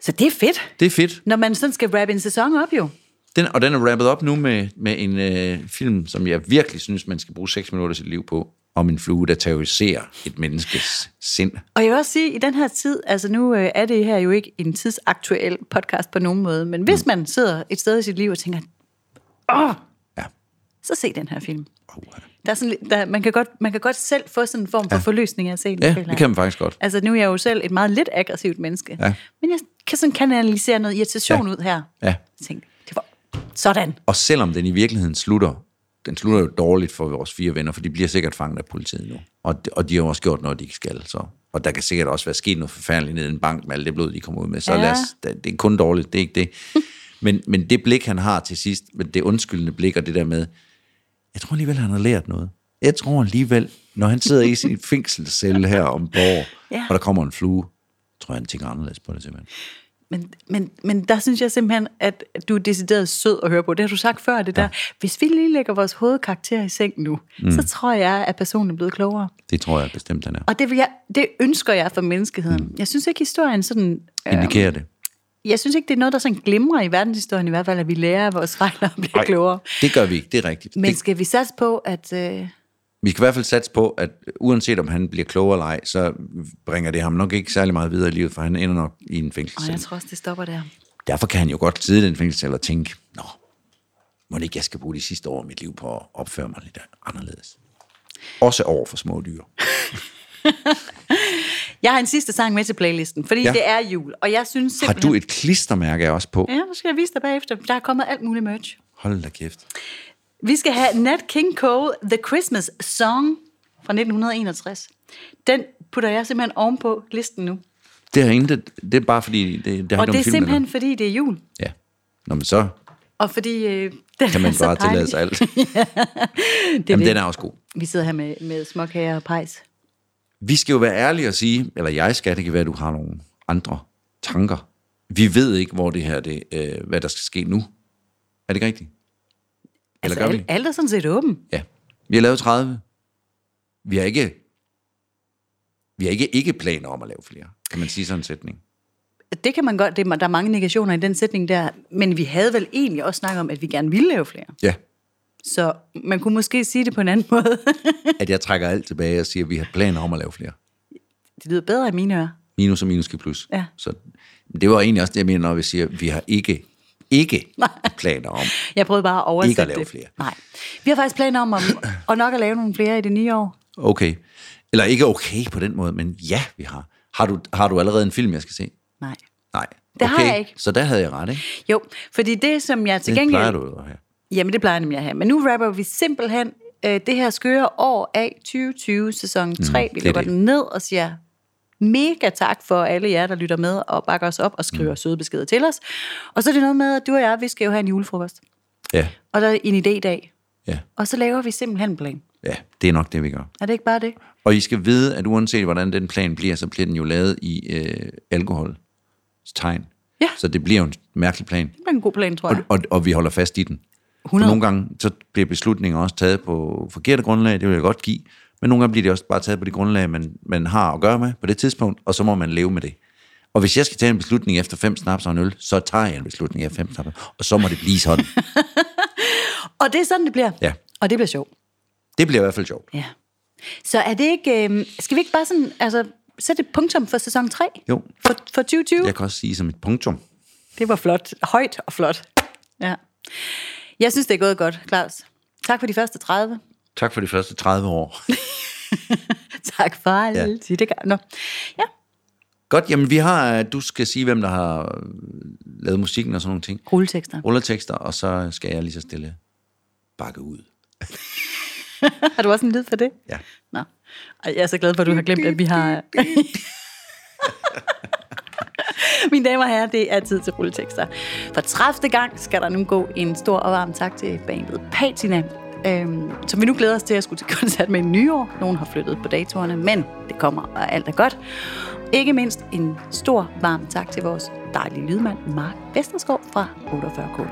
Speaker 2: Så det er fedt,
Speaker 1: det er fedt.
Speaker 2: når man sådan skal wrap en sæson op jo.
Speaker 1: Den, og den er wrappet op nu med, med en øh, film, som jeg virkelig synes, man skal bruge 6 minutter af sit liv på, om en flue, der terroriserer et menneskes sind.
Speaker 2: Og jeg vil også sige, at i den her tid, altså nu øh, er det her jo ikke en tidsaktuel podcast på nogen måde, men
Speaker 1: Mm.
Speaker 2: hvis man sidder et sted i sit liv og tænker, åh,
Speaker 1: Ja.
Speaker 2: så se den her film.
Speaker 1: Oh,
Speaker 2: Der er sådan, lidt- der, man, kan godt, man kan godt selv få sådan en form for ja. forløsning af at se den.
Speaker 1: ja,
Speaker 2: føler
Speaker 1: det
Speaker 2: jeg.
Speaker 1: kan man faktisk godt.
Speaker 2: Altså nu er jeg jo selv et meget lidt aggressivt menneske,
Speaker 1: Ja.
Speaker 2: men jeg kan sådan kanalisere noget irritation
Speaker 1: Ja.
Speaker 2: ja. ud her.
Speaker 1: Ja.
Speaker 2: Jeg tænkte, det var sådan.
Speaker 1: Og selvom den i virkeligheden slutter, den slutter jo dårligt for vores fire venner, for de bliver sikkert fanget af politiet nu. Og de, og de har jo også gjort noget, de ikke skal. Så. Og der kan sikkert også være sket noget forfærdeligt nede i en bank med alt det blod, de kommer ud med. Så ja.
Speaker 2: Ja.
Speaker 1: lad os, det det er kun dårligt, det er ikke det. Men, men det blik, han har til sidst, men det undskyldende blik og det der med, jeg tror alligevel, han har lært noget. Jeg tror alligevel, når han sidder i sin fængselscelle her om et par år,
Speaker 2: Ja.
Speaker 1: og der kommer en flue, tror jeg, han tænker anderledes på det simpelthen.
Speaker 2: Men, men, men der synes jeg simpelthen, at du er decideret sød at høre på. Det har du sagt før, det ja. der. Hvis vi lige lægger vores hovedkarakter i seng nu, mm. så tror jeg, at personen er blevet klogere.
Speaker 1: Det tror jeg bestemt, han er.
Speaker 2: Og det, vil jeg, det ønsker jeg for menneskeheden. Mm. Jeg synes ikke, historien sådan... Øh,
Speaker 1: Indikerer det.
Speaker 2: jeg synes ikke, det er noget, der sådan glimrer i verdenshistorien i hvert fald, at vi lærer af vores fejl og bliver
Speaker 1: Nej,
Speaker 2: klogere.
Speaker 1: Det gør vi ikke, det er rigtigt.
Speaker 2: Men
Speaker 1: Det-
Speaker 2: skal vi satse på, at... Øh,
Speaker 1: Vi skal i hvert fald satse på, at uanset om han bliver klogere eller ej, så bringer det ham nok ikke særlig meget videre i livet, for han ender nok i en
Speaker 2: og
Speaker 1: fængselscelle.
Speaker 2: jeg tror også, det stopper der.
Speaker 1: Derfor kan han jo godt sidde i den fængselscelle og tænke, nå, må det ikke, jeg skal bruge de sidste år af mit liv på at opføre mig lidt anderledes. Også over for små dyr.
Speaker 2: Jeg har en sidste sang med til playlisten, fordi
Speaker 1: Ja.
Speaker 2: ja. det er jul, og jeg synes
Speaker 1: Har
Speaker 2: simpelthen...
Speaker 1: du et klistermærke også på?
Speaker 2: Ja, nu skal jeg vise dig bagefter. Der er kommet alt muligt merch.
Speaker 1: Hold da kæft.
Speaker 2: Vi skal have Nat King Cole, The Christmas Song fra 1961. Den putter jeg simpelthen ovenpå listen nu.
Speaker 1: Det er, intet, det er bare fordi, det, det har ikke
Speaker 2: Og
Speaker 1: noget
Speaker 2: det
Speaker 1: med
Speaker 2: er
Speaker 1: filmen at gøre.
Speaker 2: simpelthen, fordi det er jul.
Speaker 1: Ja. Nå, men så
Speaker 2: Og fordi øh,
Speaker 1: kan
Speaker 2: den er
Speaker 1: man
Speaker 2: så
Speaker 1: bare tillade
Speaker 2: dejlig.
Speaker 1: sig alt.
Speaker 2: det er
Speaker 1: Jamen,
Speaker 2: det.
Speaker 1: den er også god.
Speaker 2: Vi sidder her med, med småkager og pejs.
Speaker 1: Vi skal jo være ærlige og sige, eller jeg skal, det kan være, at du har nogle andre tanker. Vi ved ikke, hvor det her, det, øh, hvad der skal ske nu. Er det ikke rigtigt?
Speaker 2: Altså,
Speaker 1: gør vi?
Speaker 2: alt, alt er sådan set åben.
Speaker 1: Ja. Vi har lavet 30. Vi har ikke, vi har ikke, ikke planer om at lave flere, kan man sige sådan en sætning.
Speaker 2: Det kan man godt. Det, er- der er mange negationer i den sætning der. Men vi havde vel egentlig også snakket om, at vi gerne ville lave flere.
Speaker 1: Ja.
Speaker 2: Så man kunne måske sige det på en anden måde.
Speaker 1: At jeg trækker alt tilbage og siger, at vi har planer om at lave flere.
Speaker 2: det lyder bedre i mine ører.
Speaker 1: Minus og minus giver plus.
Speaker 2: Ja.
Speaker 1: Så men det var egentlig også det, jeg mener, når vi siger, at vi har ikke, ikke planer om.
Speaker 2: Jeg prøvede bare at oversætte
Speaker 1: Ikke at lave
Speaker 2: det.
Speaker 1: flere.
Speaker 2: Nej. Vi har faktisk planer om at, og nok at lave nogle flere i det nye år.
Speaker 1: Okay. Eller ikke okay på den måde, men ja, vi har. Har du, har du allerede en film, jeg skal se?
Speaker 2: Nej.
Speaker 1: Nej.
Speaker 2: Det har jeg ikke.
Speaker 1: Så der havde jeg ret, ikke?
Speaker 2: Jo, fordi det, som jeg til
Speaker 1: Det plejer
Speaker 2: gengæld...
Speaker 1: du jo at have.
Speaker 2: Jamen, det plejer jeg nemlig at have. Men nu rapper vi simpelthen øh, det her skøre år af 2020, sæson 3. Mm, vi
Speaker 1: Mhm, det er
Speaker 2: lukker
Speaker 1: det.
Speaker 2: den ned og siger mega tak for alle jer, der lytter med og bakker os op og skriver
Speaker 1: Mhm.
Speaker 2: mm. søde beskeder til os. Og så er det noget med, at du og jeg, vi skal jo have en julefrokost.
Speaker 1: Ja,
Speaker 2: Og der er en idé-dag.
Speaker 1: ja,
Speaker 2: Og så laver vi simpelthen en plan.
Speaker 1: ja. Det er nok det, vi gør.
Speaker 2: Er det ikke bare det?
Speaker 1: Og I skal vide, at uanset hvordan den plan bliver, så bliver den jo lavet i øh, alkoholstegn.
Speaker 2: Ja.
Speaker 1: Så det bliver jo en mærkelig plan.
Speaker 2: Det er en god plan, tror jeg.
Speaker 1: Og, og vi holder fast i den.
Speaker 2: 100.
Speaker 1: Nogle gange så bliver beslutninger også taget på forkerte grundlag, det vil jeg godt give. Men nogle gange bliver det også bare taget på det grundlag, man, man har at gøre med på det tidspunkt, og så må man leve med det. Og hvis jeg skal tage en beslutning efter fem snaps og en øl, så tager jeg en beslutning efter fem snaps, og så må det blive sådan.
Speaker 2: Og det er sådan, det bliver.
Speaker 1: Ja.
Speaker 2: Og det bliver sjovt.
Speaker 1: Det bliver i hvert fald sjovt.
Speaker 2: Ja. Så er det ikke... Øh, skal vi ikke bare sådan... Altså, sætte et punktum for sæson 3?
Speaker 1: Jo.
Speaker 2: For, for 2020?
Speaker 1: Jeg kan også sige som et punktum.
Speaker 2: Det var flot. Højt og flot. Ja. Jeg synes, det er gået godt, Claus. Tak for de første 30.
Speaker 1: Tak for de første 30 år.
Speaker 2: Tak for alt. Ja. Det gør. Nå. Ja.
Speaker 1: Godt, jamen vi har, øh, du skal sige, hvem der har øh, lavet musikken og sådan nogle ting.
Speaker 2: Rulletekster.
Speaker 1: Oh. Rulletekster, og så skal jeg lige så stille bakke ud.
Speaker 2: Har du også en lyd for det?
Speaker 1: Ja.
Speaker 2: Nå. Ej, Jeg er så glad for, at du har glemt, at vi har... Mine damer og herrer, det er tid til rulletekster. For 30. gang skal der nu gå en stor og varm tak til bandet Patina, øhm, som vi nu glæder os til at skulle til koncert med i nyår. Nogen har flyttet på datorerne, men det kommer, og alt er godt. Ikke mindst en stor varm tak til vores dejlige lydmand Mark Vesterskov fra 48K.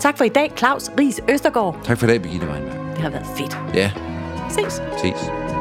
Speaker 2: Tak for i dag, Claus Ries Østergaard.
Speaker 1: Tak for i dag, Birgitte Weinberg.
Speaker 2: Det har været fedt.
Speaker 1: Ja,
Speaker 2: Ses!
Speaker 1: ses.